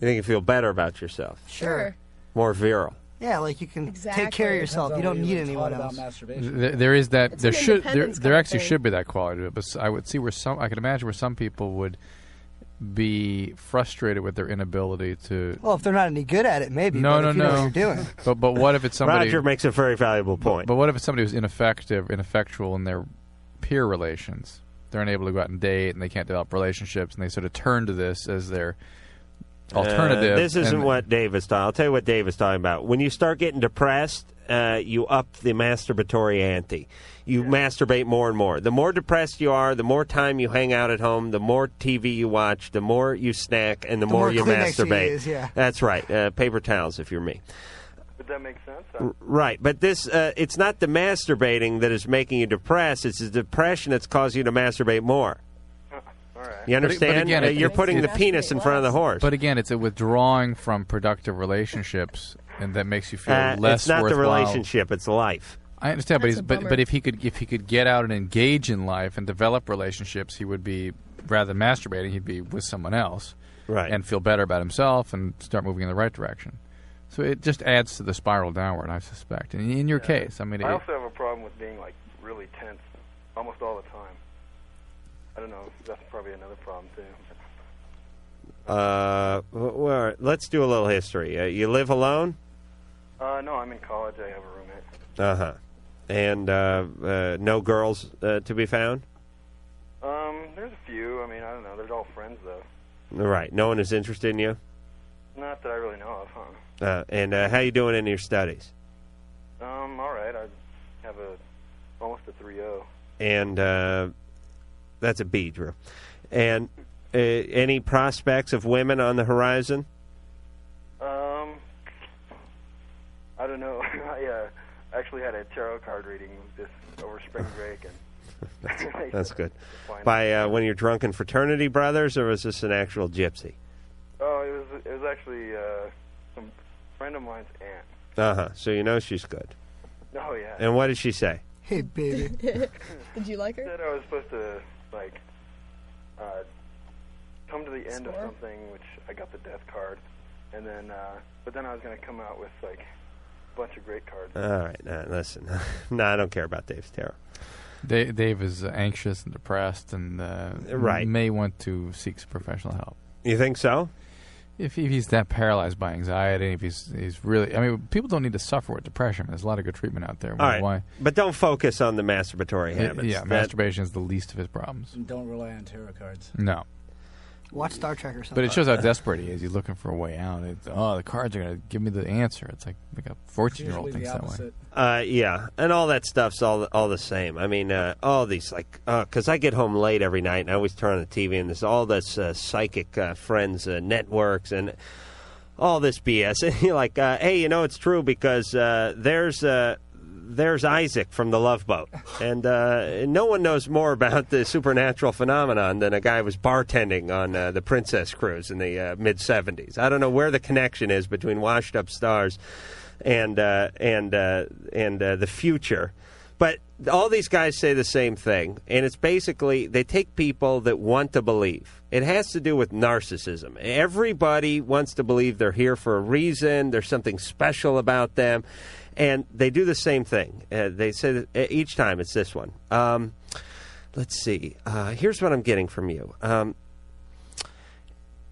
You think you feel better about yourself?
Sure.
More virile.
Yeah, like you can take care
Exactly.
of yourself. You
Depends on
don't
what
need
you've been
anyone
taught about
else.
There, there is that.
It's
there
an
should there,
independence
there
kind of
actually
thing.
should be that quality to it. But s- I would see where some I could imagine where some people would be frustrated with their inability to.
Well, if they're not any good at it, maybe. but
no, no,
if you
no.
Know what you're doing.
But but what if it's somebody?
Roger makes a very valuable point.
But, what if it's somebody who's ineffective, ineffectual in their peer relations? They're unable to go out and date, and they can't develop relationships, and they sort of turn to this as their alternative.
Uh, this isn't
and-
what Dave is talking. I'll tell you what Dave is talking about. When you start getting depressed, uh, you up the masturbatory ante. You masturbate more and more. The more depressed you are, the more time you hang out at home, the more TV you watch, the more you snack, and the,
The
more,
more
you
Kleenex you
masturbate.
use, yeah.
That's right. Uh, paper towels, if you're me.
Would that make sense?
R- Right, but this—it's not the masturbating that is making you depressed. It's the depression that's causing you to masturbate more. You
But- but
understand?
again,
Uh,
it-
You're
it-
putting
it-
the penis in front of the horse.
But again, it's a withdrawing from productive relationships, and that makes you feel
Uh,
less.
it's not the
worthwhile.
relationship; it's life.
I understand, but,
That's
he's,
a
but
bummer.
but if he could if he could get out and engage in life and develop relationships, he would be rather than masturbating, he'd be with someone else,
right,
and feel better about himself and start moving in the right direction. So it just adds to the spiral downward, I suspect. And in your case, I mean,
I
it,
also have a problem with being like really tense almost all the time. I don't know. That's probably another problem too.
Uh, w- well, let's do a little history. Uh, you live alone,
Uh, no, I'm in college. I have a roommate.
uh huh, and uh, uh, no girls uh, to be found.
Um, there's a few. I mean, I don't know. They're all friends though.
Right, no one is interested in you.
Not that I really know of, huh?
Uh, and uh, how you doing in your studies?
Um, all right. I have a almost a three oh. zero.
And uh, that's a B, Drew. And uh, any prospects of women on the horizon?
Um, I don't know. I uh, actually had a tarot card reading this over spring break, and
That's, that's good.
Fine.
By uh, one of your drunken fraternity brothers, or is this an actual gypsy?
oh, it was it was actually uh, some friend of mine's aunt.
Uh huh. So you know she's good.
Oh yeah.
And what did she say?
Hey, baby.
Did
you like her?
Said I was supposed to like uh, come to the end of something, which I got the death card, and then uh, but then I was gonna come out with like a bunch of great cards.
All right, uh, listen. no, I don't care about Dave's terror.
Da- Dave is anxious and depressed, and uh,
Right.
may want to seek some professional help.
You think so?
If, he- if he's that paralyzed by anxiety, if he's he's really, I mean, people don't need to suffer with depression. There's a lot of good treatment out there.
All right,
Why?
but don't focus on the masturbatory habits.
yeah,
That-
masturbation is the least of his problems.
Don't rely on tarot cards.
No.
Watch Star Trek or something.
But it shows how desperate he is. He's looking for a way out. It's, oh, the cards are going to give me the answer. It's like like a fourteen year old thinks that way.
Uh, yeah, and all that stuff's all all the same. I mean, uh, all these like because I get home late every night, and I always turn on the TV, and there's all this uh, psychic uh, friends uh, networks and all this BS. And you're like, uh, hey, you know, it's true because uh, there's. Uh, there's Isaac from the Love Boat, and uh, no one knows more about the supernatural phenomenon than a guy who was bartending on uh, the Princess Cruise in the uh, mid '70s. I don't know where the connection is between washed-up stars and uh, and uh, and uh, the future. But all these guys say the same thing, and it's basically they take people that want to believe. It has to do with narcissism. Everybody wants to believe they're here for a reason. There's something special about them, and they do the same thing. Uh, they say that uh, each time it's this one. Um, let's see. Uh, here's what I'm getting from you. Um,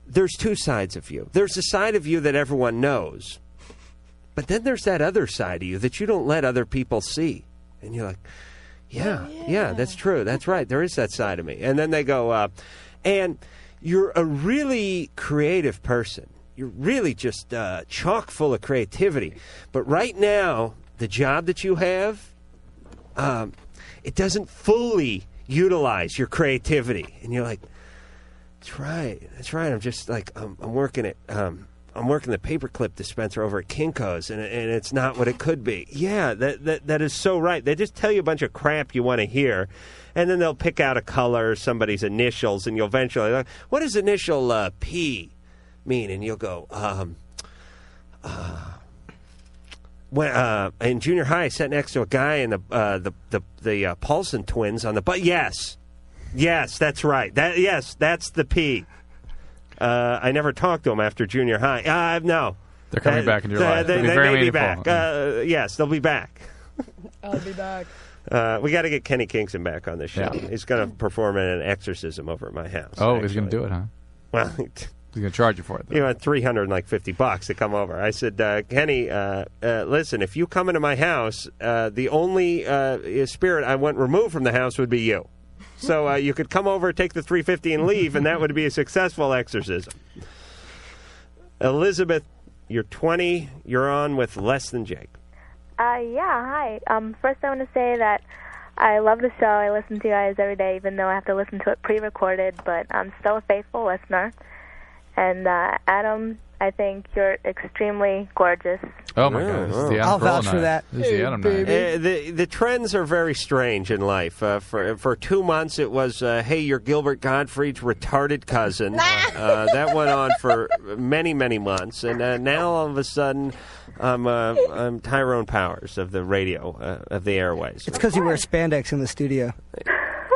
there's two sides of you. There's the side of you that everyone knows, but then there's that other side of you that you don't let other people see. And you're like, yeah, yeah, that's true. That's right. There is that side of me. And then they go, uh, and you're a really creative person. You're really just uh, chock full of creativity. But right now, the job that you have, um, it doesn't fully utilize your creativity. And you're like, that's right. That's right. I'm just like I'm, I'm working at um, I'm working the paperclip dispenser over at Kinko's, and and it's not what it could be. Yeah, that that that is so right. They just tell you a bunch of crap you want to hear, and then they'll pick out a color, somebody's initials, and you'll eventually like, what does initial uh, P mean? And you'll go. Um, when, uh, in junior high, I sat next to a guy in the uh, the the, the uh, Paulson twins on the but yes, yes, that's right. That yes, that's the P. Uh, I never talked to him after junior high. Uh, no,
They're coming back in your
they-
life.
They,
It'll be
they
very
may be
meaningful.
back. Uh, yes, they'll be back.
I'll be back.
Uh, we got to get Kenny Kingston back on this show. He's going to perform in an exorcism over at my house.
Oh, he's going to do it, huh?
Well, he's
going to charge you for it.
You know, three hundred and like fifty bucks to come over. I said, uh, Kenny, uh, uh, listen, if you come into my house, uh, the only uh, spirit I want removed from the house would be you. So uh, you could come over, take the three fifty, and leave, and that would be a successful exorcism. Elizabeth, you're twenty. You're on with less than Jake.
Uh, yeah, hi. Um, first, I want to say that I love the show. I listen to you guys every day, even though I have to listen to it pre recorded, but I'm still a faithful listener. And uh, Adam, I think you're extremely gorgeous.
Oh my God! This is the Adam
I'll
Carolla
vouch
night.
for that.
This is the
Hey,
Adam
baby.
night.
Uh, the the trends are very strange in life. Uh, for for two months, it was uh, hey, you're Gilbert Gottfried's retarded cousin. uh, that went on for many many months, and uh, now all of a sudden, I'm uh, I'm Tyrone Powers of the radio uh, of the airways.
It's
because you wear spandex in the studio.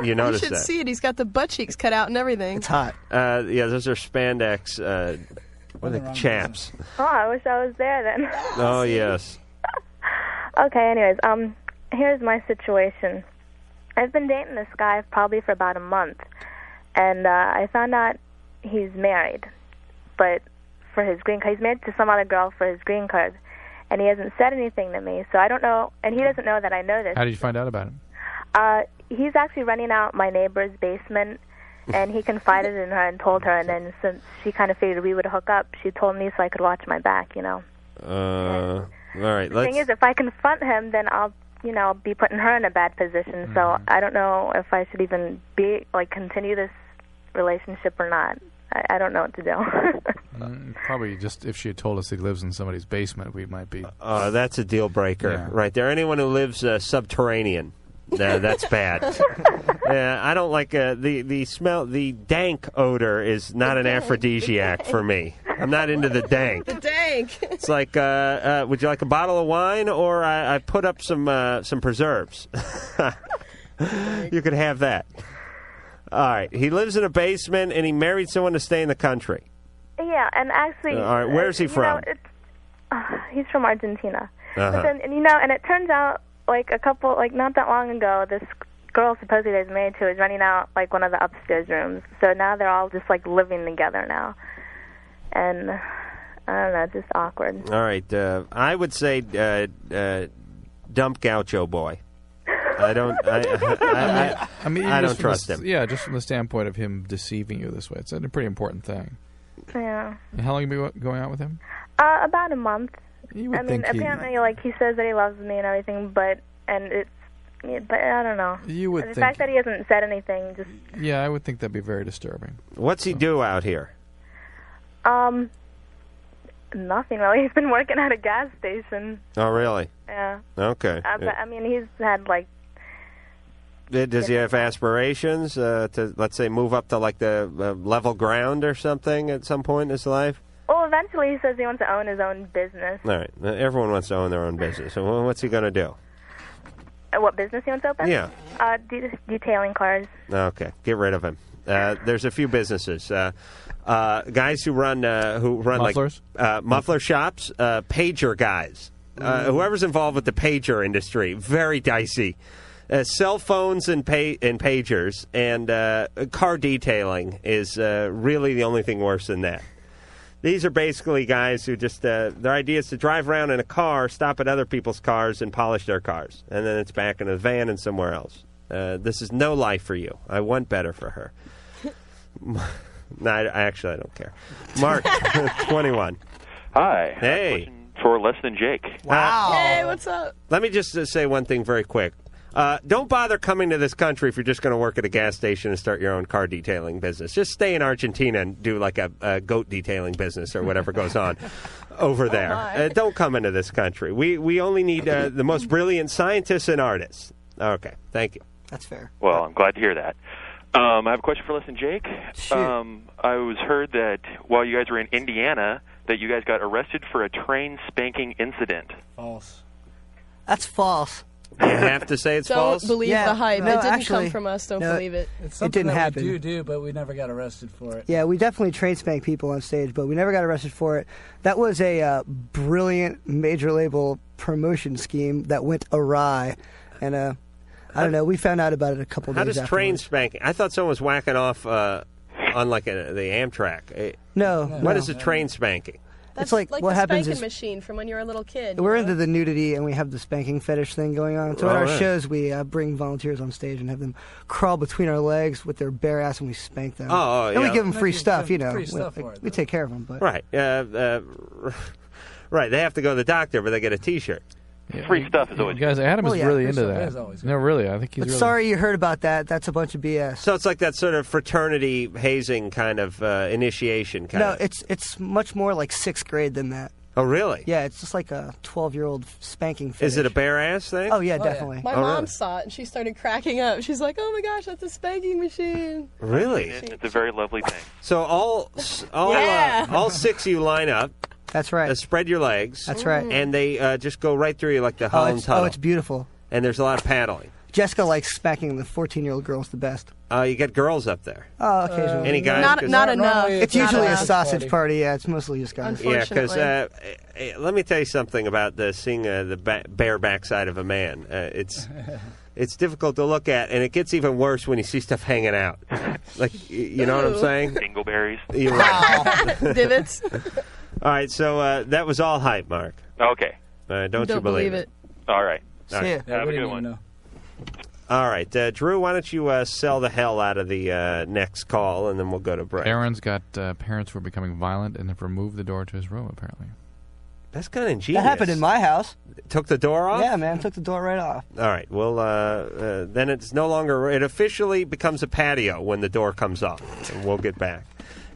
You
You
notice
should
that?
see it. He's got the butt cheeks cut out and everything. It's
hot.
Uh, yeah, those are spandex. Uh, what are they, chaps?
Oh, I wish I was there then.
Oh yes.
Okay, anyways, um, here's my situation. I've been dating this guy probably for about a month, and uh, I found out he's married, but for his green card, he's married to some other girl for his green card, and he hasn't said anything to me, so I don't know, and he doesn't know that I know this.
How did you find out about him?
Uh, he's actually running out my neighbor's basement, and he confided in her and told her, and then since she kind of figured we would hook up, she told me so I could watch my back, you know.
Uh, all right.
The
Let's.
thing is, if I confront him, then I'll, you know, I'll be putting her in a bad position. So
Mm-hmm.
I don't know if I should even be like continue this relationship or not. I, I don't know what to do.
Mm, Probably just if she had told us he lives in somebody's basement, we might be.
Uh, that's a deal breaker
Yeah.
right there. Anyone who lives uh, subterranean, uh, that's bad. uh, I don't like uh, the the smell. The dank odor is not an aphrodisiac for me. I'm not into the dank.
The dank.
It's like, uh, uh, would you like a bottle of wine, or I, I put up some uh, some preserves? you could have that. All right. He lives in a basement, and he married someone to stay in the country.
yeah, and actually,
Uh, All right, where's he
you know,
from?
it's, uh, he's from Argentina.
Uh-huh.
But then, and, you know, and it turns out, like a couple, like not that long ago, this girl supposedly I was married to is running out like one of the upstairs rooms. So now they're all just like living together now, and I don't know, it's just awkward.
All right. Uh, I would say uh, uh, dump Gaucho boy. I don't. I, I, I, I,
mean, even
don't
just from
trust
the s-
him.
Yeah, just from the standpoint of him deceiving you this way, it's a pretty important thing.
Yeah.
And how long have you been going out with him?
Uh, about a month.
would
I mean,
think he-
apparently, like he says that he loves me and everything, but and it's, yeah, but I don't know.
You would
the
think-
fact that he hasn't said anything, just
Yeah, I would think that'd be very disturbing.
What's he do out here?
um, nothing really. He's been working at a gas station.
Oh, really?
Yeah.
Okay.
Uh, but, I mean, he's had like
Uh, Does he have aspirations uh, to, let's say, move up to like the uh, level ground or something at some point in his life?
Well, eventually he says he wants to own his own business.
All right. Uh, Everyone wants to own their own business. So wha- what's he going to do?
Uh, What business he wants to open?
Yeah.
Uh, de- detailing cars.
Okay, get rid of him. Uh, there's a few businesses. Uh, uh, guys who run uh, who run
Mufflers?
like uh, muffler shops, uh, pager guys. Uh, whoever's involved with the pager industry, very dicey. Uh, cell phones and pay and pagers and uh, car detailing is uh, really the only thing worse than that. These are basically guys who just uh, their idea is to drive around in a car, stop at other people's cars, and polish their cars, and then it's back in a van and somewhere else. Uh, this is no life for you. I want better for her. no, I, I actually I don't care. Mark, twenty-one.
Hi.
Hey.
For less than Jake.
Wow.
Hey, what's up?
Let me just uh, say one thing very quick. Uh, don't bother coming to this country if you're just going to work at a gas station and start your own car detailing business. Just stay in Argentina and do like a, a goat detailing business or whatever goes on
Oh,
over there. uh, don't come into this country. We we only need uh, the most brilliant scientists and artists. Okay, thank you.
That's fair.
Well, I'm glad to hear that. Um, I have a question for less than Jake. Um, I was heard that while you guys were in Indiana, that you guys got arrested for a train spanking incident.
False. That's false.
You have to say it's
Don't false? believe
Yeah,
the hype.
no,
it didn't
actually,
come from us. Don't
no,
believe it.
It's something didn't that we happen. do
do, but we never got arrested for it.
Yeah, we definitely train spanked people on stage, but we never got arrested for it. That was a uh, brilliant major label promotion scheme that went awry, and uh, I don't know. We found out about it a couple
How
days.
does
after.
train spanking? I thought someone was whacking off uh, on like a, the Amtrak. Eh,
No,
What
no.
is a train spanking?
That's
like
like
what
the
happens
spanking
is-
machine from when you were a little kid.
We're into the nudity, and we have the spanking fetish thing going on. So at our
Alright.
shows, we uh, bring volunteers on stage and have them crawl between our legs with their bare ass, and we spank them.
Oh, oh,
and we
yeah.
give them
No,
free
you-
stuff,
free
you know. we,
stuff
like, we take care of them, but
Right. Uh, uh, right. They have to go to the doctor, but they get a T-shirt.
Free stuff is always
guys. Adam
Well,
is
yeah,
really
free
into
stuff
that.
is always
no, really, I think he's
But
really.
sorry you heard about that. That's a bunch of BS.
So it's like that sort of fraternity hazing kind of uh, initiation kind
no,
of.
it's it's much more like sixth grade than that.
Oh, really?
Yeah, it's just like a twelve-year-old spanking. Fetish.
Is it a bare ass thing?
Oh yeah, definitely.
My mom saw it and she started cracking up. She's like, "Oh my gosh, that's a spanking machine!"
Really?
It's a very lovely thing.
So all s- all
Yeah.
uh, all six of you line up.
That's right.
Uh, spread your legs.
That's right.
And they uh, just go right through you like the
Oh,
Holland
it's,
Tunnel.
oh, it's beautiful.
and there's a lot of paddling.
Jessica likes smacking the fourteen-year-old girls the best.
Uh, you get girls up there.
Oh, occasionally.
Any guys?
Not-
'Cause-
Uh, not Not enough. normally
It's
it's not
usually
a
a
sausage
sausage
party.
party. Yeah, it's mostly just guys.
Yeah, because uh, eh, eh, let me tell you something about the seeing uh, the ba- bare backside of a man. Uh, it's it's difficult to look at, and it gets even worse when you see stuff hanging out. Like y- you know what I'm
Ooh.
saying?
Dingleberries.
You're right.
Divots.
all right, so uh, that was all hype, Mark.
Okay.
Uh, don't, you believe, it?
All right.
All right.
Have a good one.
All right, uh, Drew. Why don't you uh, sell the hell out of the uh, next call, and then we'll go to break.
Aaron's got uh, parents who are becoming violent and have removed the door to his room. Apparently,
That's kind of ingenious.
That happened in my house.
Took the door off.
Yeah, man, took the door right off.
All right. Well, uh, uh, then it's no longer. It officially becomes a patio when the door comes off. And we'll get back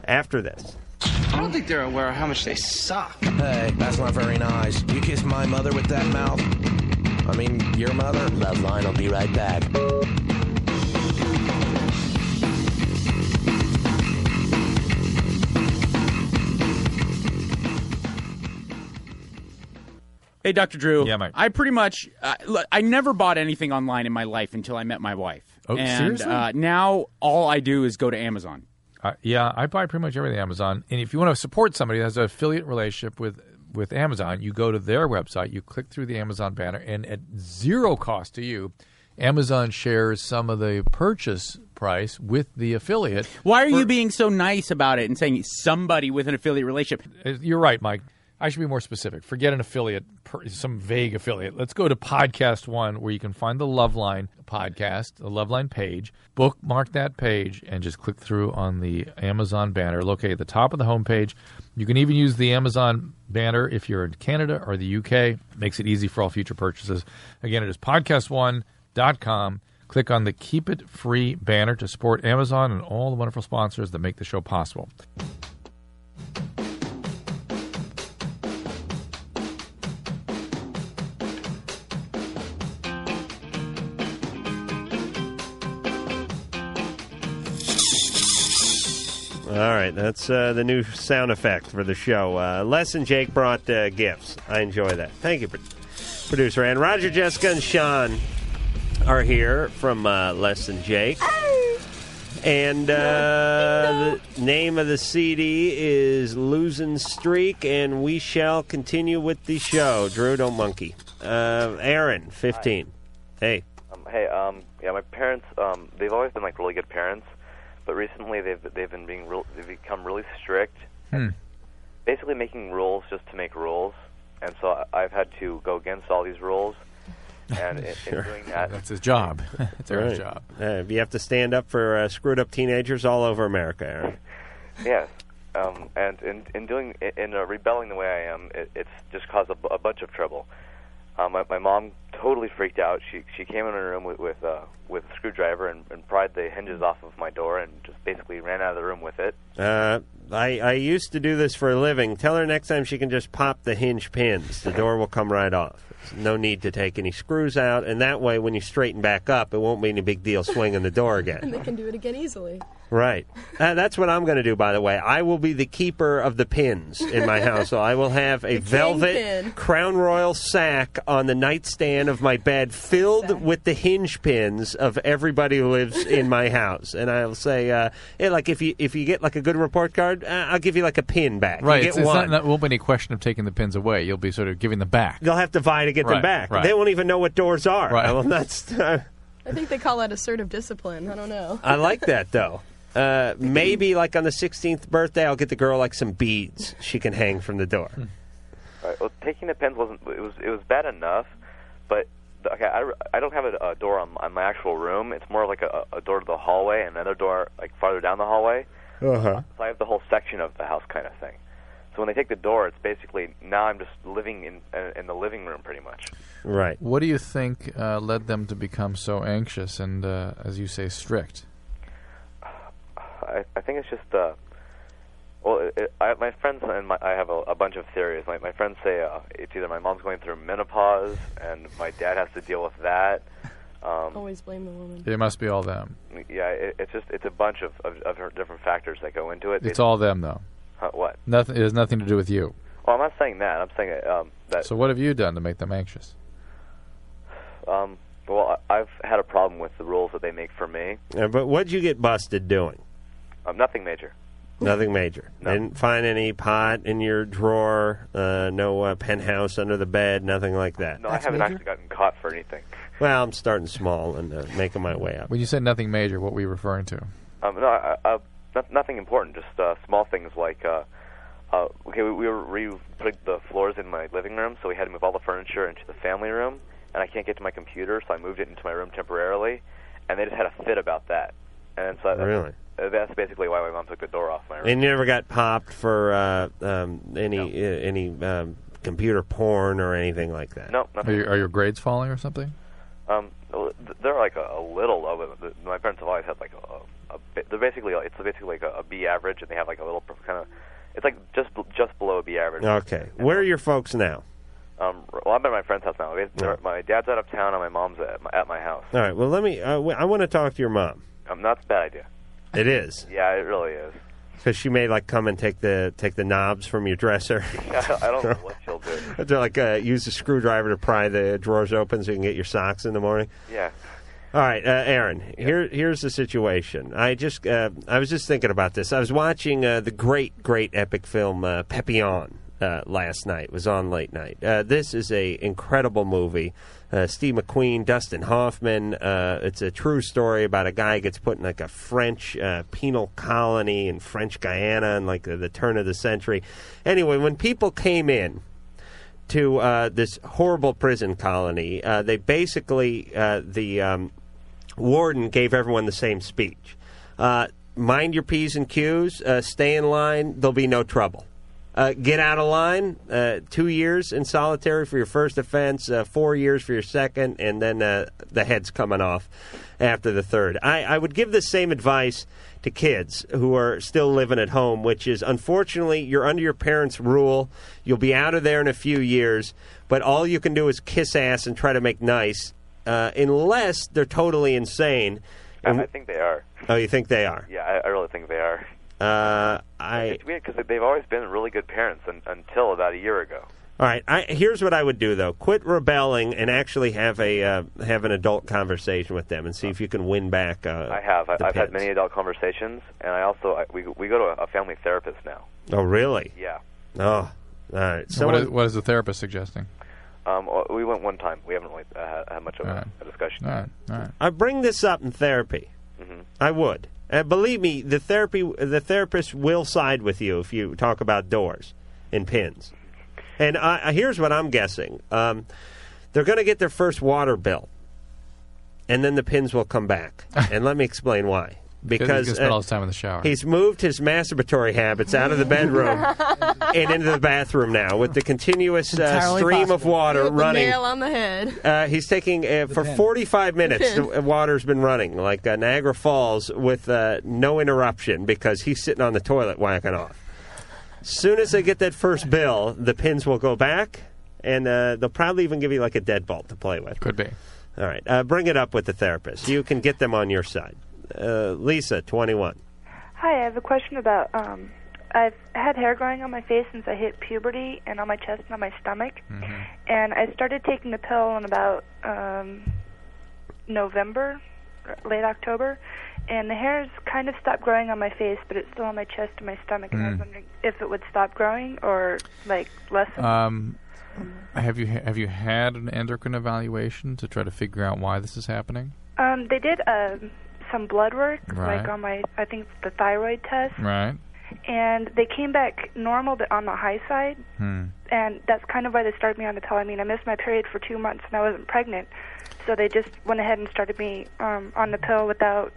after this.
I don't think they're aware of how much they suck.
Hey, that's not very nice. You kiss my mother with that mouth. I mean, your mother. Love line will be right back.
Hey, Dr. Drew. Yeah, Mike. I pretty much, uh, look, I never bought anything online in my life until I met my wife.
Oh,
and,
seriously?
Uh, now all I do is go to Amazon.
Uh, yeah, I buy pretty much everything Amazon. And if you want to support somebody that has an affiliate relationship with with Amazon, you go to their website, you click through the Amazon banner, and at zero cost to you, Amazon shares some of the purchase price with the affiliate.
Why are you being so nice about it and saying somebody with an affiliate relationship?
Uh, You're right, Mike. I should be more specific. Forget an affiliate, per- some vague affiliate. Let's go to Podcast One, where you can find the Loveline podcast, the Loveline page. Bookmark that page and just click through on the Amazon banner located at the top of the homepage. You can even use the Amazon banner if you're in Canada or the UK. makes it easy for all future purchases. Again, it is podcastone.com. Click on the Keep It Free banner to support Amazon and all the wonderful sponsors that make the show possible.
All All right, that's uh, the new sound effect for the show. Uh, Les and Jake brought uh, gifts. I enjoy that. Thank you, pro- producer Ann. Roger, Jessica, and Sean are here from uh, Les and Jake. And uh, the name of the CD is Losing Streak, and we shall continue with the show. Drew, don't monkey. Uh, Aaron, 15. Hey.
Um, hey, um, yeah, my parents, um, they've always been like really good parents, but recently they've they've been being real, they've become really strict,
Hmm.
basically making rules just to make rules, and so I- I've had to go against all these rules, and in,
Sure.
in doing that,
That's his job. That's
All
Aaron's
right.
job.
Uh, you have to stand up for uh, screwed up teenagers all over America, Aaron.
yes, um, and in in doing in uh, rebelling the way I am, it, it's just caused a, bu- a bunch of trouble. Um, my, my mom totally freaked out. She she came in her room with with, uh, with a screwdriver and, and pried the hinges off of my door and just basically ran out of the room with it.
Uh, I, I used to do this for a living. Tell her next time she can just pop the hinge pins. The door will come right off. There's no need to take any screws out, and that way, when you straighten back up, it won't be any big deal swinging the door again.
And they can do it again easily.
Right. Uh, that's what I'm going to do, by the way. I will be the keeper of the pins in my house. So I will have a velvet
kingpin.
crown royal sack on the nightstand of my bed filled with the hinge pins of everybody who lives in my house. And I'll say, uh, yeah, like if you if you get like a good report card, uh, I'll give you like a pin back. You
Right.
get
It's, it's
one.
not, not, won't be any question of taking the pins away. You'll be sort of giving them back.
They'll have to buy to get them
Right,
back.
right.
They won't even know what doors are. uh,
Right.
I will not. St-
I think they call that assertive discipline. I don't know.
I like that though. Uh, maybe like on the 16th birthday, I'll get the girl like some beads she can hang from the door.
Hmm.
All right, Uh, well, taking the pins wasn't it was it was bad enough, but the- okay, I, I don't have a, a door on, on my actual room. It's more like a, a door to the hallway and another door like farther down the hallway.
Uh huh.
So I have the whole section of the house kind of thing. So when they take the door, it's basically now I'm just living in in the living room pretty much.
Right.
What do you think uh, led them to become so anxious and, uh, as you say, strict?
I, I think it's just uh, well, it, it, I, my friends and my, I have a, a bunch of theories. My, my friends say uh, it's either my mom's going through menopause and my dad has to deal with that. Um,
Always blame the woman.
It must be all them.
Yeah, it, it's just it's a bunch of, of, of her- different factors that go into it.
It's all them, though.
Huh, what?
Nothing. It has nothing to do with you.
Well, I'm not saying that. I'm saying um, that.
So what have you done to make them anxious?
um, well, I- I've had a problem with the rules that they make for me.
Uh, but what'd you get busted doing?
Um, nothing major.
Nothing major. Didn't find any pot in your drawer, uh, no uh, penthouse under the bed, nothing like that.
No, I haven't actually gotten caught for anything.
Well, I'm starting small and uh, making my way up.
When you say nothing major, what were you referring to?
Um, no, I, I, I- not, nothing important. Just uh, small things like. Uh, uh, okay, we, we were we putting the floors in my living room, so we had to move all the furniture into the family room, and I can't get to my computer, so I moved it into my room temporarily, and they just had a fit about that, and so
Really?
uh, that's basically why my mom took the door off my room.
And you never got popped for uh, um, any uh, any um, computer porn or anything like that.
No,
Are, you, are your grades falling or something?
Um, th- they're like a, a little low. but the- My parents have always had like a, a bit, they're basically it's basically like a, a B average, and they have like a little kind of, it's like just bel- just below a B average.
Okay. Where are your folks now?
Um, well, I'm at my friend's house now. They- they're- My dad's out of town, and my mom's at my, at my house.
All right. Well, let me. Uh, w- I want to talk to your mom.
Um, that's a bad idea.
It is.
Yeah, it really is.
Because she may like come and take the take the knobs from your dresser.
I don't know what she'll do.
to like uh, use a screwdriver to pry the drawers open so you can get your socks in the morning.
Yeah.
All right, uh, Aaron. Here, here's the situation. I just, uh, I was just thinking about this. I was watching uh, the great, great epic film uh, Papillon uh, last night. It was on late night. Uh, this is a incredible movie. Uh, Steve McQueen, Dustin Hoffman. Uh, it's a true story about a guy gets put in like a French uh, penal colony in French Guyana in like the, the turn of the century. Anyway, when people came in to uh, this horrible prison colony. Uh, they basically uh, the um, warden gave everyone the same speech: uh, mind your p's and q's, uh, stay in line, there'll be no trouble. Uh, get out of line. Uh, two years in solitary for your first offense, uh, four years for your second, and then uh, the head's coming off after the third. I, I would give the same advice to kids who are still living at home, which is unfortunately you're under your parents' rule. You'll be out of there in a few years, but all you can do is kiss ass and try to make nice, uh, unless they're totally insane.
I, I think they are.
Oh, you think they are?
Yeah, I, I really think they are.
Uh, I
It's weird because they've always been really good parents un- until about a year ago.
all right. I, here's what I would do though: quit rebelling and actually have a uh, have an adult conversation with them and see if you can win back. Uh,
I have. I,
the
I've had
pets.
many adult conversations, and I also I, we we go to a, a family therapist now.
Oh, really?
Yeah.
Oh, all right.
what,
Someone,
is, what is the therapist suggesting?
Um, uh, we went one time. We haven't really uh, had- had much of a, a discussion.
All right, all right.
I bring this up in therapy.
Mhm.
I would. And believe me, the therapy the therapist will side with you if you talk about doors and pins. And I, I- here's what I'm guessing: um, they're going to get their first water bill, and then the pins will come back. and let me explain why. Because
he's gonna spend
uh,
all his time in the shower.
He's moved his masturbatory habits out of the bedroom and into the bathroom now with the continuous uh,
Entirely
stream of
possible.
water
With the
running.
nail on the head.
Uh, he's taking uh, for 45 minutes.
The
The w- water's been running like uh, Niagara Falls with uh, no interruption because he's sitting on the toilet whacking off. Soon as they get that first bill, the pins will go back, and uh, they'll probably even give you like a deadbolt to play with.
Could be.
All right, uh, bring it up with the therapist. You can get them on your side. Uh, Lisa, 21.
Hi, I have a question about um I've had hair growing on my face since I hit puberty and on my chest and on my stomach and I started taking the pill in about um November, r- late October, and the hair's kind of stopped growing on my face, but it's still on my chest and my stomach and I was
Mm.
wondering if it would stop growing or like lessen.
Um, have you have you had an endocrine evaluation to try to figure out why this is happening?
um they did um some blood work
Right.
like on my I think it's the thyroid test
Right.
and they came back normal but on the high side
Hmm.
and that's kind of why they started me on the telamine. I missed my period for two months and I wasn't pregnant, so they just went ahead and started me um, on the pill without,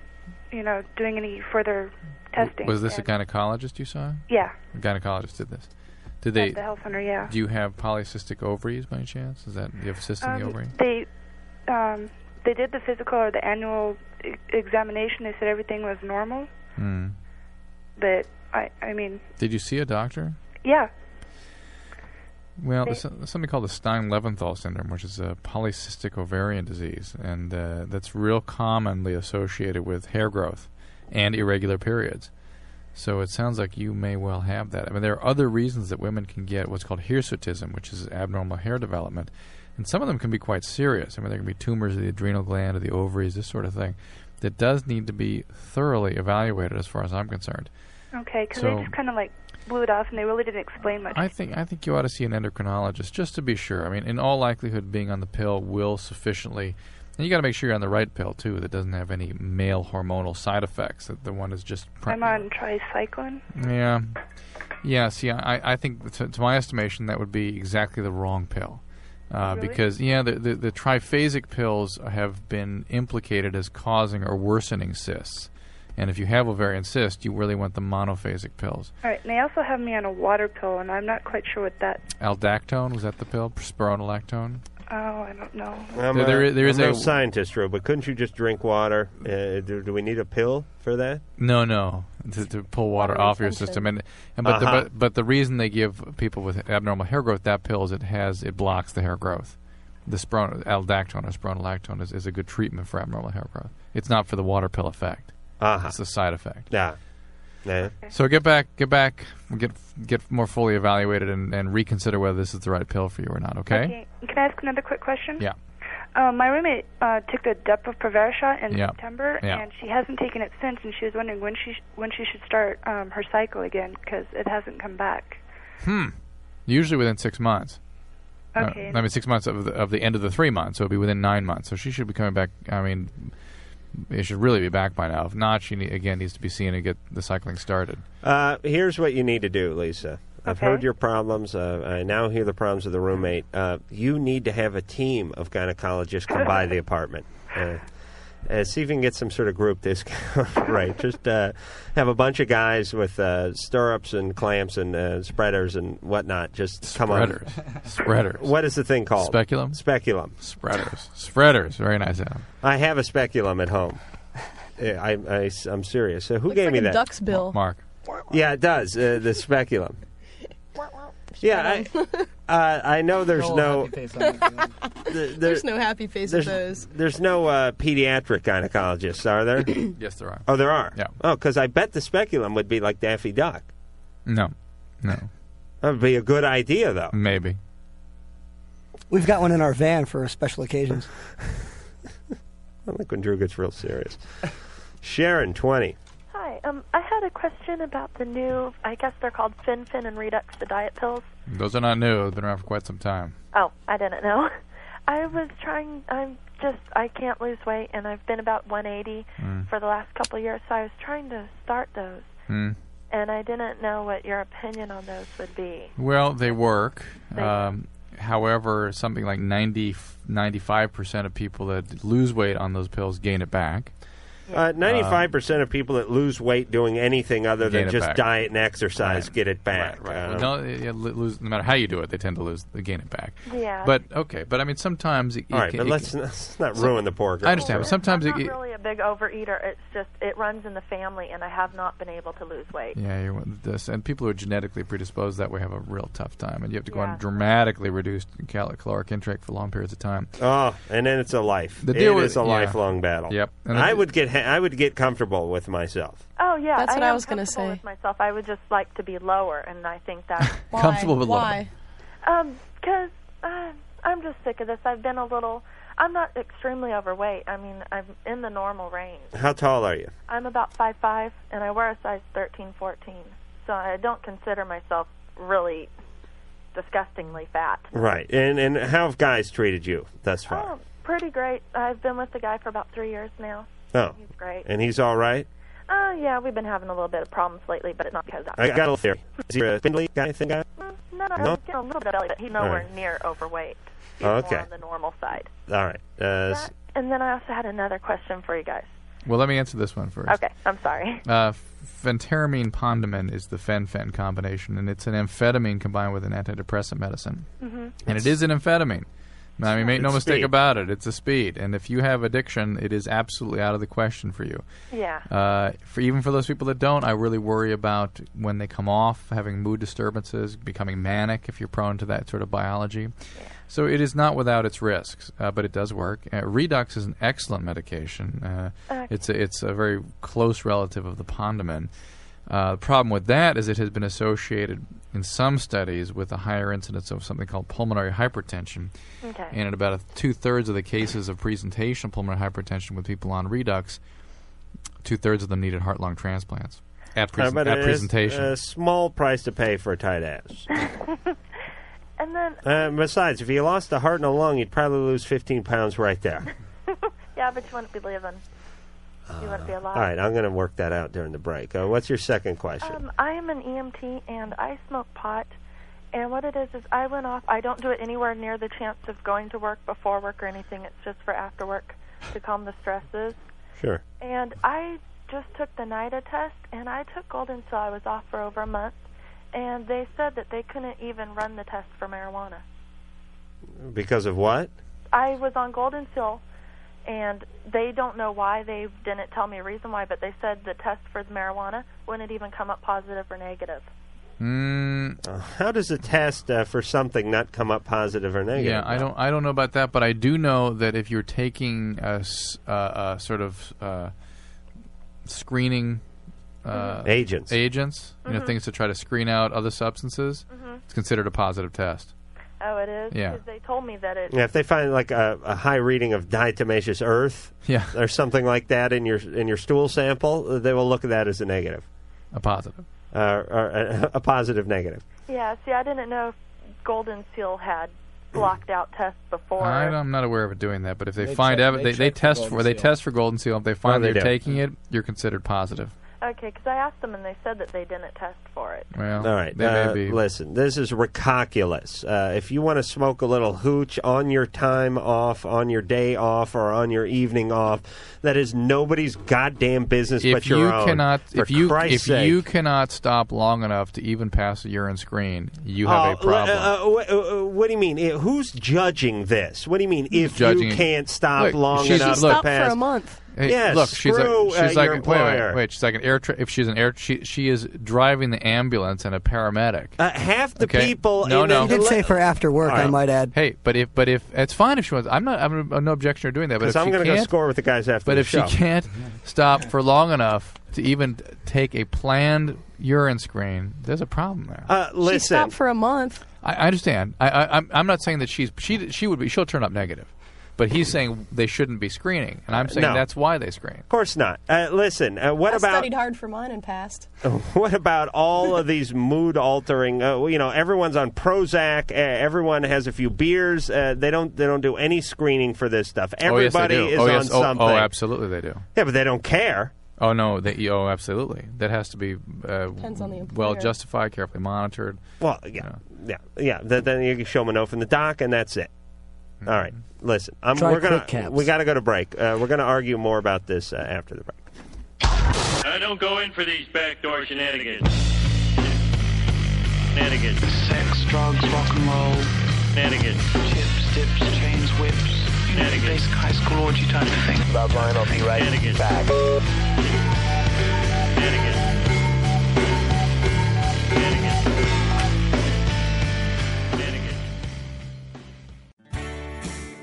you know, doing any further testing.
Was this a
And-
gynecologist you saw?
Yeah.
A gynecologist did this. Did they?
At the health center, yeah.
Do you have polycystic ovaries by any chance? Is that do you have a cyst in the ovary?
um, They, um, they did the physical or the annual e- examination. They said everything was normal,
Hmm.
but I, I mean,
Did you see a doctor?
yeah,
Well,
They-
there's some- there's something called the Stein-Leventhal syndrome, which is a polycystic ovarian disease, and uh, that's real commonly associated with hair growth and irregular periods. So it sounds like you may well have that. I mean, there are other reasons that women can get what's called hirsutism, which is abnormal hair development, and some of them can be quite serious. I mean, there can be tumors of the adrenal gland or the ovaries, this sort of thing, that does need to be thoroughly evaluated, as far as I'm concerned.
okay, because
So-
they just kind of like blew it off and they really didn't explain much.
I think I think you ought to see an endocrinologist just to be sure. I mean, in all likelihood, being on the pill will sufficiently, and you got to make sure you're on the right pill too, that doesn't have any male hormonal side effects. That the one is just pre-
I'm on tricycline.
yeah, yeah. See, I I think to, to my estimation that would be exactly the wrong pill. Uh,
Really?
Because yeah, the, the the triphasic pills have been implicated as causing or worsening cysts, and if you have ovarian cyst, you really want the monophasic pills.
All right, and they also have me on a water pill, and I'm not quite sure what that.
Aldactone was that the pill? Spironolactone.
Oh, I don't know.
I'm,
There- there
uh,
is- there is
I'm no
a-
scientist, Drew, but couldn't you just drink water? Uh, do, do we need a pill for that?
No, no, to, to pull water off your system, and, and but,
Uh-huh.
the, but but the reason they give people with abnormal hair growth that pill is it has it blocks the hair growth. The spiron- aldactone or spironolactone is, is a good treatment for abnormal hair growth. It's not for the water pill effect.
Uh-huh.
It's a side effect.
Yeah. Yeah.
So get back, get back, get get more fully evaluated, and, and reconsider whether this is the right pill for you or not. Okay?
Can I ask another quick question?
Yeah.
Uh, my roommate uh, took the Depo-Provera shot in
Yeah.
September,
Yeah.
and she hasn't taken it since. And she was wondering when she sh- when she should start um, her cycle again because it hasn't come back.
Hmm. Usually within six months. Uh,
Okay.
I mean, six months of the, of the end of the three months, so it'd be within nine months. So she should be coming back. I mean, it should really be back by now. If not, she need, again needs to be seen and get the cycling started.
Uh, here's what you need to do, Lisa. I've heard your problems. Uh, I now hear the problems of the roommate. Uh, you need to have a team of gynecologists come by the apartment. Uh, uh, see if you can get some sort of group discount. right. Just uh, have a bunch of guys with uh, stirrups and clamps and uh, spreaders and whatnot. Just come
Spreaders.
on.
Spreaders.
What is the thing called?
Speculum?
Speculum.
Spreaders. Spreaders. Very nice, Adam.
I have a speculum at home. Yeah, I, am serious. Uh, who gave
like
me
a
that?
duck's bill.
Mark.
Yeah, it does. Uh, the speculum. Yeah, I, uh, I know there's no, there-
There's no happy face with
there's-
those.
There's no uh, pediatric gynecologists, are there?
yes, there are.
Oh, there are. Yeah. Oh, because I bet the speculum would be like Daffy Duck.
No, no.
That would be a good idea, though.
Maybe.
We've got one in our van for special occasions.
I like when Drew gets real serious. Sharon, twenty.
Hi. Um, I had a question about the new. I guess they're called FinFin and Redux, the diet pills.
Those are not new. They've been around for quite some time.
Oh, I didn't know. I was trying. I'm just. I can't lose weight, and I've been about 180
Mm.
for the last couple of years. So I was trying to start those,
Mm.
and I didn't know what your opinion on those would be.
Well, they work.
They-
Um, however, something like 90, 95% of people that lose weight on those pills gain it back.
Uh, Ninety-five percent of people that lose weight doing anything other
Gain
than
it
just
back.
diet and exercise get it back.
Well,
Um,
no, it- it lo- lose, no matter how you do it, they tend to lose, they gain it back.
Yeah.
But okay, but I mean, sometimes. It,
All right, but let's- let's not ruin the poor girl.
I understand, but sometimes
I'm
it,
not
it-
really a big overeater. It's just it runs in the family, and I have not been able to lose weight.
Yeah, you're, one- this, and people who are genetically predisposed that way have a real tough time, and you have to go
Yeah.
on dramatically reduced cal- caloric intake for long periods of time.
Oh, and then it's a life.
The deal
it
is-
is a
yeah.
lifelong battle.
Yep. And
I
it-
would get ha- I would get comfortable with myself.
Oh yeah,
That's what I
am
was gonna
comfortable
say.
With myself, I would just like to be lower, and I think that
Comfortable with lower.
Why?
Um, because uh, I'm just sick of this. I've been a little. I'm not extremely overweight. I mean, I'm in the normal range.
How tall are you?
I'm about five five, and I wear a size thirteen, fourteen. So I don't consider myself really disgustingly fat.
Right. And and how have guys treated you thus far?
Oh, pretty great. I've been with the guy for about three years now.
Oh.
He's great.
And he's all right.
Uh, yeah, we've been having a little bit of problems lately, but it's not because of
I got a theory. Is he a spindly guy? Thing guy?
No, no,
No?
he's getting a little bit Mm, of belly, but he's nowhere
Alright.
near overweight. He's
Oh,
more
okay.
on the normal side.
All right. Uh, s-
And then I also had another question for you guys.
Well, let me answer this one first.
Okay, I'm sorry.
Uh, phentermine pondamin is the fen-phen combination, and it's an amphetamine combined with an antidepressant medicine.
Mm-hmm.
Mhm.
And it is an amphetamine. I mean, make no
It's
mistake
speed.
about it. It's a speed, and if you have addiction, it is absolutely out of the question for you.
Yeah.
Uh, for even for those people that don't, I really worry about when they come off having mood disturbances, becoming manic if you're prone to that sort of biology. So it is not without its risks, uh, but it does work. Uh, Redux is an excellent medication. Uh,
Okay.
It's a, it's a very close relative of the Pondamin. Uh, the problem with that is it has been associated in some studies with a higher incidence of something called pulmonary hypertension.
Okay.
And in about two thirds of the cases of presentation of pulmonary hypertension with people on Redux, two thirds of them needed heart lung transplants at,
how
presen-
about
at
uh,
a-
presentation.
A small price to pay for a tight ass.
and then,
Uh, besides, if you lost a heart and a lung, you'd probably lose 15 pounds right there.
yeah, but you wouldn't be living. You wouldn't be alive.
Uh, All right, I'm going to work that out during the break. Uh, what's your second question?
Um, I am an EMT and I smoke pot. And what it is is I went off. I don't do it anywhere near the chance of going to work before work or anything. It's just for after work to calm the stresses.
Sure.
And I just took the NIDA test and I took gold until I was off for over a month. And they said that they couldn't even run the test for marijuana.
Because of what?
I was on Golden Seal, and they don't know why. They didn't tell me a reason why, but they said the test for the marijuana wouldn't even come up positive or negative.
Uh,
Mm.
how does a test uh, for something not come up positive or negative?
Yeah, I don't. I don't know about that, but I do know that if you're taking a, s- uh, uh, sort of uh, screening
Mm-hmm.
uh,
Agents.
agents, you know,
Mhm.
things to try to screen out other substances,
Mhm.
it's considered a positive test.
Oh, it is.
Yeah.
'Cause they told me that it.
Yeah, if they find like a, a high reading of diatomaceous earth,
yeah.
or something like that in your in your stool sample, uh, they will look at that as a negative,
a positive,
uh, or a, a positive negative.
Yeah. See, I didn't know if Golden Seal had blocked out tests before.
I don't- I'm not aware of it doing that, but if they,
They
find
check-
ev-
they
they, they
check for
test
golden
for they
seal.
test for golden seal. If they find
they
that you're
do.
taking
Mm-hmm.
it, you're considered positive.
Okay, because I asked them and they said that they didn't test for it.
Well,
All right,
they may
uh,
be.
listen, this is Recoculus. Uh, if you want to smoke a little hooch on your time off, on your day off, or on your evening off, that is nobody's goddamn business
if
but your
you
own.
cannot,
For
if you
Christ's
if
sake.
you cannot stop long enough to even pass a urine screen, you have
Oh,
a problem.
Uh, uh, what, uh, uh, what do you mean? Uh, Who's judging this? What do you mean? If
Judging-
you can't stop
Look,
long
she's-
enough,
look-
to pass,
For a month.
Hey,
yeah,
look, she's like
screw,
she's
uh,
like
your
wait, wait,
employer.
wait, She's like an air. Tra- if she's an air, she she is driving the ambulance and a paramedic.
Uh, half the
Okay.
people.
No,
in
no.
He did say for after work, I might add.
Hey, but if but if it's fine if she wants, I'm not. I'm no objection to doing that. But
'Cause
if
I'm
she
gonna go
can't-
score with the guys after
But
the
if
show.
she can't stop for long enough to even take a planned urine screen, there's a problem there.
Uh,
She stopped for a month.
I, I understand. I, I, I'm- I'm not saying that she's she she would be. She'll turn up negative, but he's saying they shouldn't be screening, and I'm saying
No.
that's why they screen.
Of course not. Uh, listen, uh, what
I
about
studied hard for mine and passed.
what about all of these mood altering? Uh, you know, everyone's on Prozac. Uh, everyone has a few beers. Uh, they don't. They don't do any screening for this stuff. Everybody
oh, yes, they do.
is
oh,
on
yes, oh,
something.
Oh, absolutely they do.
Yeah, but they don't care.
Oh no, they, oh absolutely. That has to be uh,
Depends on the employer.
well justified, carefully monitored.
Well, yeah, yeah, yeah. Th- then you can show them an oath in the dock, and that's it. All right, listen. Um,
Try
we're gonna
Quick Caps.
we got to go to break. Uh, we're gonna argue more about this uh, after the break.
I Uh, don't go in for these backdoor shenanigans. Shenanigans. Sex, drugs, rock and roll. Shenanigans. Chips, dips, chains, whips. Shenanigans. Basic high school orgy type of thing. Love line, I'll be right back.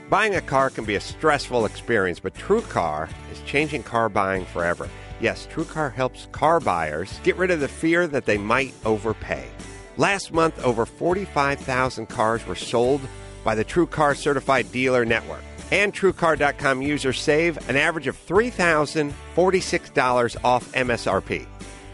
Buying a car can be a stressful experience, but TrueCar is changing car buying forever. Yes, TrueCar helps car buyers get rid of the fear that they might overpay. Last month, over 45,000 cars were sold by the TrueCar certified dealer network. And TrueCar.com users save an average of $3,046 off MSRP.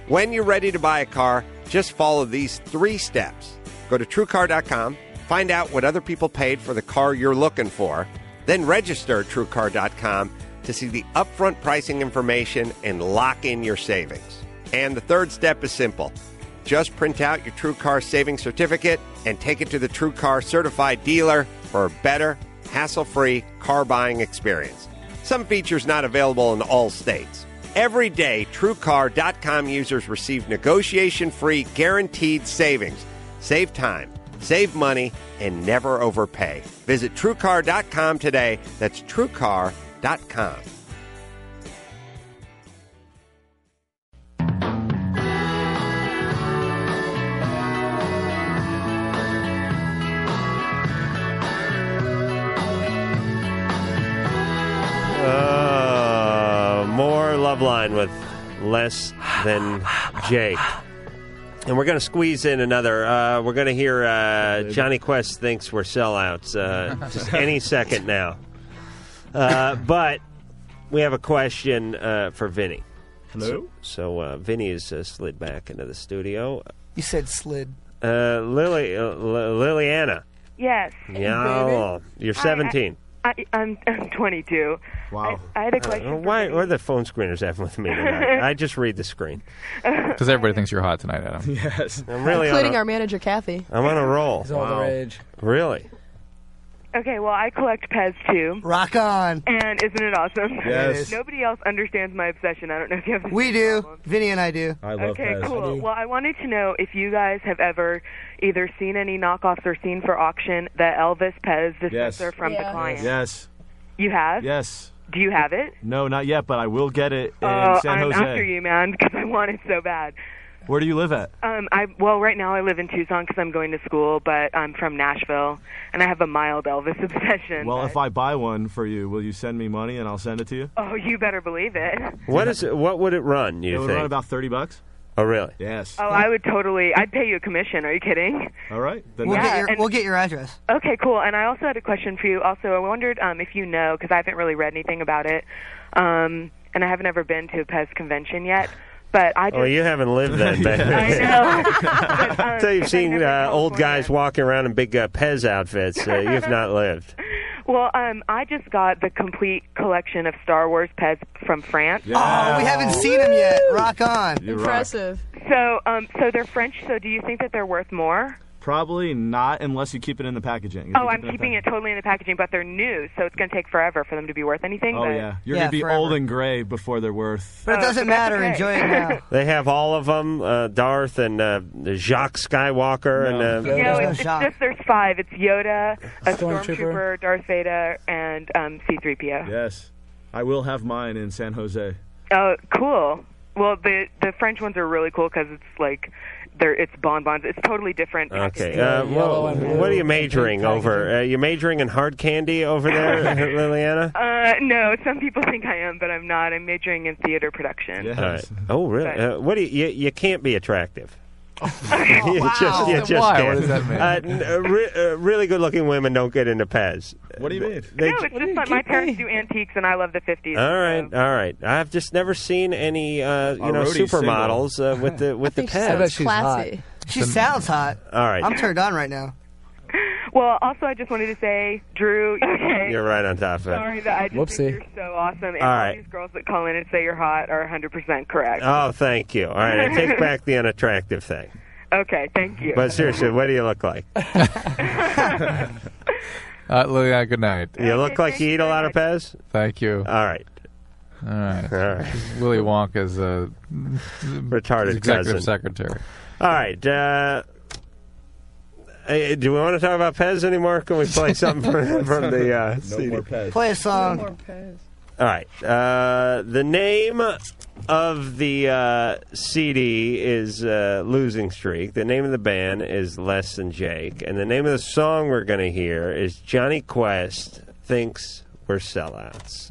When you're ready to buy a car, just follow these three steps. Go to truecar.com, find out what other people paid for the car you're looking for, then register at truecar.com to see the upfront pricing information and lock in your savings. And the third step is simple. Just print out your TrueCar savings certificate and take it to the TrueCar certified dealer for a better, hassle-free car buying experience. Some features not available in all states. Every day, TrueCar.com users receive negotiation free guaranteed savings. Save time, save money, and never overpay. Visit TrueCar.com today. That's TrueCar.com. Uh, more love line with less than Jake. And we're going to squeeze in another. Uh, we're going to hear uh, Johnny Quest thinks we're sellouts uh, just any second now. Uh, but we have a question uh, for Vinny.
Hello?
So, so uh, Vinny has uh, slid back into the studio.
You said slid.
Uh, Lily, uh, L- Liliana.
Yes.
Yeah, you're
Hi, I-
17.
I, I'm, I'm 22.
Wow.
I, I had a question.
Uh, why are the phone screeners having with me tonight? I just read the screen.
Because everybody thinks you're hot tonight, Adam.
Yes. I'm really on
Including
a,
our-
Our manager, Kathy.
I'm on a roll.
He's all the Wow. rage.
Really?
Okay, well, I collect Pez too.
Rock on.
And isn't it awesome?
Yes.
Nobody else understands my obsession. I don't know if you have. This
We do. Vinny and I do.
I
okay, cool. Well, I wanted to know if you guys have ever either seen any knockoffs or seen for auction the Elvis Pez dispenser from the client.
Yes.
You have?
Yes.
Do you have it?
No, not yet, but I will get it in
Oh,
San
I'm
Jose.
after you, man, because I want it so bad.
Where do you live at?
Um, I well, right now I live in Tucson because I'm going to school, but I'm from Nashville, and I have a mild Elvis obsession.
Well, if I buy one for you, will you send me money and I'll send it to you?
oh, you better believe it.
What is it? What would it run? You
it would
think?
run about thirty bucks.
Oh, really?
Yes.
Oh, I would totally. I'd pay you a commission. Are you kidding?
All right. Then
We'll,
that-
get your,
and-
we'll get your address.
Okay, cool. And I also had a question for you. Also, I wondered um, if you know because I haven't really read anything about it, um, and I haven't ever been to a Pez convention yet. But I just
Oh, you haven't lived that
I
bad.
know. But, um,
Until you've seen uh, old guys walking around in big uh, Pez outfits, uh, you've not lived.
well, um, I just got the complete collection of Star Wars Pez from France.
Oh, we haven't seen him yet. Rock on.
You rock. Impressive.
So, um, so they're French. So, do you think that they're worth more?
Probably not unless you keep it in the packaging. If
Oh,
you
I'm
keep
keeping
in
it totally in the packaging, but they're new, so it's going to take forever for them to be worth anything.
the pack-
but,
Oh yeah, you're gonna be old and gray before they're worth.
But it doesn't matter. Enjoy it now.
They have all of them uh, Darth and uh, Jacques Skywalker. and uh,
No, it's, it's just there's five. It's Yoda, a stormtrooper, Darth Vader, and um, C-3PO.
Yes. I will have mine in San Jose.
Oh, cool. Well, the the French ones are really cool because it's like they're it's bonbons. It's totally different.
Okay. Uh, well, what are you majoring over? Uh, you majoring in hard candy over there, Liliana?
Uh, no, some people think I am, but I'm not. I'm majoring in theater production.
All right. Oh, really? Uh, what do you, you? You can't be attractive. you
Oh, wow.
just, you
Then
just
why?
can't.
What does that mean?
Uh, n- uh, re- uh, really good-looking women don't get into Pez.
What do you mean?
They,
no, it's just like my parents do antiques, and I love the 50s.
all right, all right. I've just never seen any, uh, you
Our
know,
roadie's
supermodels uh, with the with the Pez.
She sounds hot.
All right.
I'm turned on right now.
Well, also, I just wanted to say, Drew, okay,
You're right on top of it.
sorry that I just
Whoopsie.
think you're so awesome. And
All
all
right.
these girls that call in and say you're hot are 100% correct.
Oh, thank you. All right, I take back the unattractive thing.
okay, thank you.
But seriously, what do you look like?
Uh, Liliana, good night.
You look like you eat a lot of Pez.
Thank you.
All right.
All right.
All right.
Willy Wonka's uh,
retarded
executive
cousin.
secretary.
All right. Uh, eh, do we want to talk about Pez anymore? Can we play something from, from the uh, CD?
Play a song.
All right. Uh, the name of the uh, CD is uh, Losing Streak. The name of the band is Less Than Jake. And the name of the song we're going to hear is Johnny Quest Thinks We're Sellouts.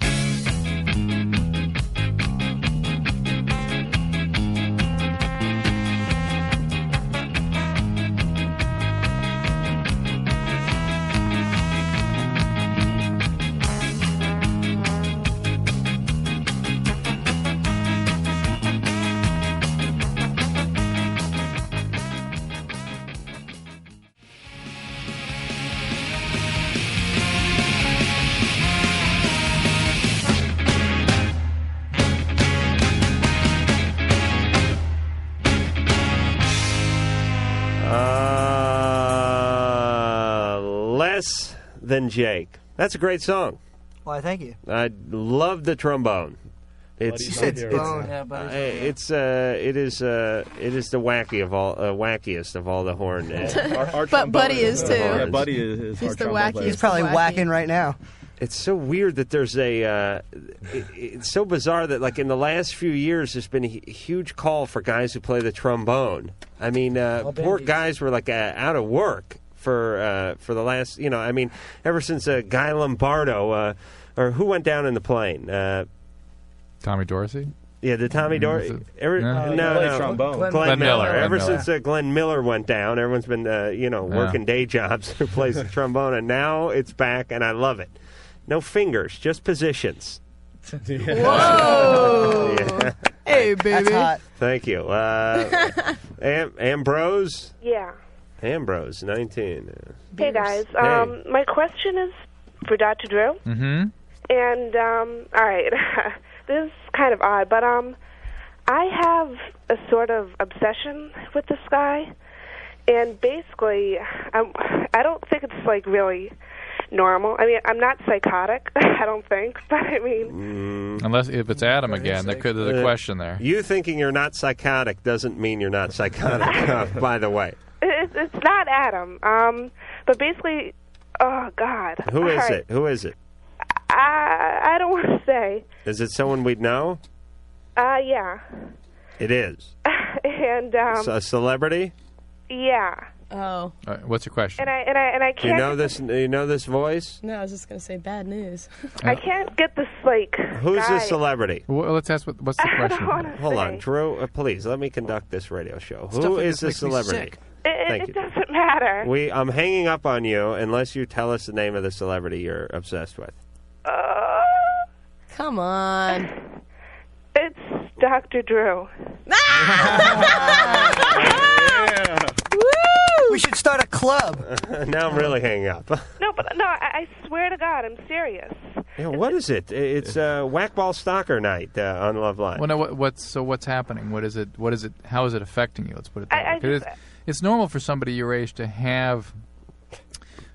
Uh, Less Than Jake. That's a great song.
Why, thank you.
I love the trombone. It's
Buddy's It's not here. bone.
it's,
Yeah, Buddy's
uh,
not here.
it's uh, it is uh, it is the wacky of all uh, wackiest of all the horn.
but Buddy is too.
Yeah,
Buddy is, is
He's our the trombone wackiest player.
He's probably
Wacky.
whacking right now.
It's so weird that there's a. Uh, it, it's so bizarre that like in the last few years, there's been a hu- huge call for guys who play the trombone. I mean, uh, poor guys were like uh, out of work for uh, for the last. You know, I mean, ever since uh, Guy Lombardo uh, or who went down in the plane. Uh,
Tommy Dorsey?
yeah, the
Mm-hmm.
Tommy Dorsey.
Mm,
Ever,
yeah.
no,
Uh,
no,
he played trombone.
Glenn,
Glenn
Miller.
Miller, Glenn
Ever
Miller.
since uh, Glenn Miller went down, everyone's been uh, you know
Yeah.
working day jobs who plays the trombone, and now it's back, and I love it. No fingers, just positions.
Whoa!
Oh.
Yeah.
Hey, baby.
Thank you, uh, Am- Ambrose.
Yeah.
Ambrose, nineteen.
Hey guys. Um, my question is for Dr. Drew.
Hmm?
Mm-hmm.
And um, all right, this is kind of odd, but um, I have a sort of obsession with this guy, and basically, I'm, I don't think it's like really normal. I mean, I'm not psychotic, I don't think, but I mean,
Unless if it's Adam again, there could there's a
Mm. Uh,
question there.
You thinking you're not psychotic doesn't mean you're not psychotic. uh, by the way,
it, it's not Adam. Um, but basically, oh God,
who
All
is
right.
it? Who is it?
I I don't want to say.
Is it someone we'd know?
Uh, yeah,
It is
and um,
a celebrity.
yeah,
Oh.
Uh, what's your question?
and I and I and I
Do you
can't.
know this? You know this voice?
No, I was just going to say bad news.
I can't get this like.
Who's
guy.
this celebrity?
Well, let's ask what, what's the question.
Hold on, Drew. Uh, please let me conduct this radio show.
Stuff
Who
like
is
this
this
makes me
celebrity?
sick.
Thank
It, it,
you.
it doesn't matter.
We, I'm hanging up on you unless you tell us the name of the celebrity you're obsessed with.
Come on.
It's Dr. Drew.
We should start a club.
now I'm really hanging up.
No, but no, I, I swear to God, I'm serious.
Yeah, what is it? It's uh, Whackball Stalker Night uh, on Loveline.
Well, no. What, what's so? What's happening? What is it? What is it? How is it affecting you? Let's put it
I-
that way.
I
'Cause
just-
it's, it's normal for somebody your age to have you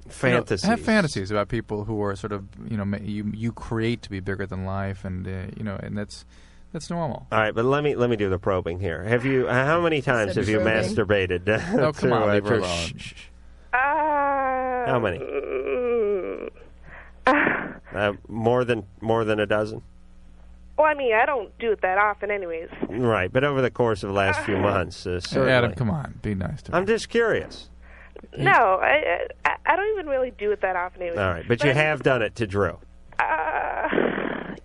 know,
Fantasies.
have fantasies about people who are sort of you know ma- you you create to be bigger than life, and uh, you know, and that's that's normal.
All right, but let me let me do the probing here. Have you? uh, How many times
Said
have you
probing.
masturbated? Uh,
No, come
to,
on,
uh,
leave her
Drew?
alone.
Shh, shh, shh.
Uh,
How many?
mm,
Uh, more than more than a dozen.
Well, I mean, I don't do it that often, anyways.
Right, but over the course of the last few months, uh, certainly.
Adam, come on, be nice to
I'm just curious.
No, I, I I don't even really do it that often, anyways.
All right, but you have done it to Drew.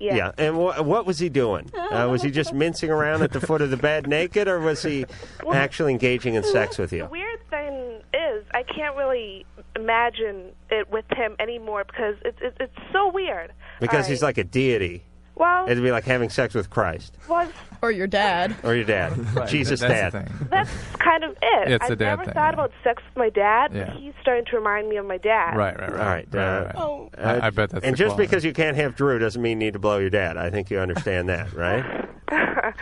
Yeah.
and wh- what was he doing? Uh, was he just mincing around at the foot of the bed naked, or was he
Well-
actually engaging in sex with you?
The weird thing is, I can't really imagine it with him anymore because it's it's it's so weird.
Because he's like a deity.
Well-
it'd be like having sex with Christ
Was
or your dad.
or your dad,
Right,
Jesus'
that's the
dad.
That's kind of it.
It's a
I've
dad
never
thing,
thought about sex with my dad.
Yeah.
He's starting to remind me of my dad.
Right, right,
All right. uh,
Oh.
uh,
I- I bet that's
And
the
just
quality.
because you can't have Drew doesn't mean you need to blow your dad. I think you understand that, right?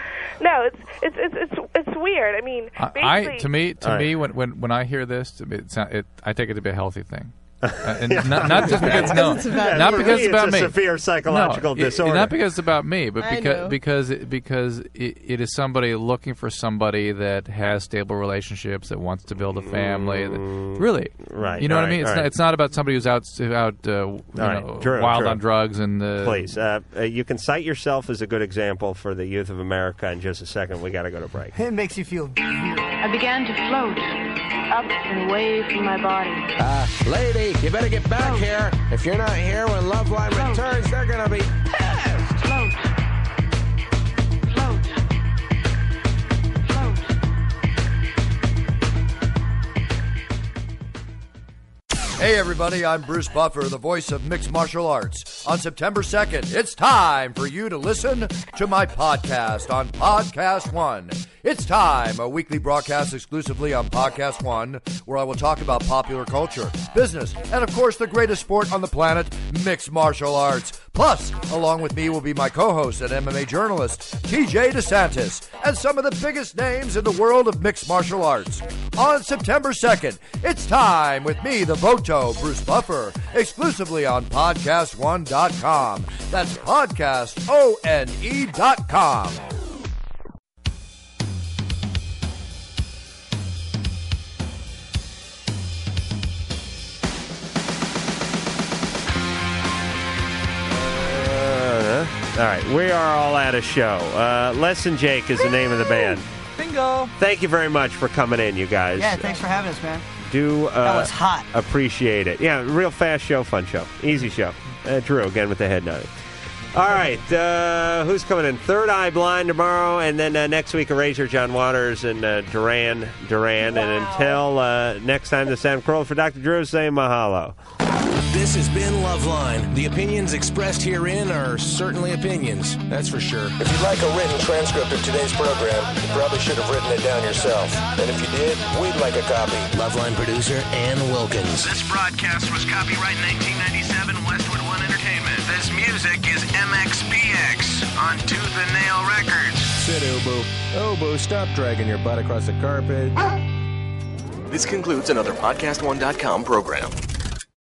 No, it's it's it's it's, it's weird. I mean,
I,
basically,
I to me to
All right.
me when, when when I hear this, to me, it, sound, it I take it to be a healthy thing, Uh, and not, not just because no,
Because it's about
not
you.
because it's
It's
about
a
me.
severe psychological
No, it-
disorder.
Not because it's about me, but
I know.
because because it, because it, it is somebody looking for somebody that has stable relationships that wants to build a family. that- really,
Mm, Right,
You know
all
what
right,
I mean? It's
all
not,
right.
it's not about somebody who's out out uh, you
All right,
know,
Drew,
wild
Drew.
on drugs and uh,
Please, uh, uh, you can cite yourself as a good example for the youth of America in just a second. We got to go to break.
It makes you feel.
I began to float up and away from my body.
Uh, lady, you better get back here. If you're not here when Loveline returns, they're gonna be pissed.
Hey everybody, I'm Bruce Buffer, the voice of mixed martial arts. On September 2nd, it's time for you to listen to my podcast on Podcast One. It's time, a weekly broadcast exclusively on Podcast One, where I will talk about popular culture, business, and of course the greatest sport on the planet, mixed martial arts. Plus, along with me will be my co-host and MMA journalist, TJ DeSantis, and some of the biggest names in the world of mixed martial arts. On September 2nd, it's time with me, the Voto, Bruce Buffer, exclusively on podcast1.com. That's E podcastone.com.
Uh,
Uh-huh.
all right, we are all at a show. Uh, Lesson Jake is the name of the band.
Bingo.
Thank you very much for coming in, you guys.
Yeah, thanks for having us, man.
Do uh,
That was hot.
Appreciate it. Yeah, real fast show, fun show, easy show. Uh, Drew again with the head nodding. All right, uh, who's coming in? Third Eye Blind tomorrow, and then uh, next week Erasure, John Waters, and uh, Duran Duran. And until uh, next time, this is Sam Kroll for Dr. Drew saying mahalo.
This has been Loveline. The opinions expressed herein are certainly opinions, that's for sure. If you'd like a written transcript of today's program, you probably should have written it down yourself. And if you did, we'd like a copy. Loveline producer Ann Wilkins.
This broadcast was copyright 1997 Westwood One Entertainment. This music is MXPX on Tooth and Nail Records.
Sit, Obo. Obo, stop dragging your butt across the carpet.
This concludes another PodcastOne.com program.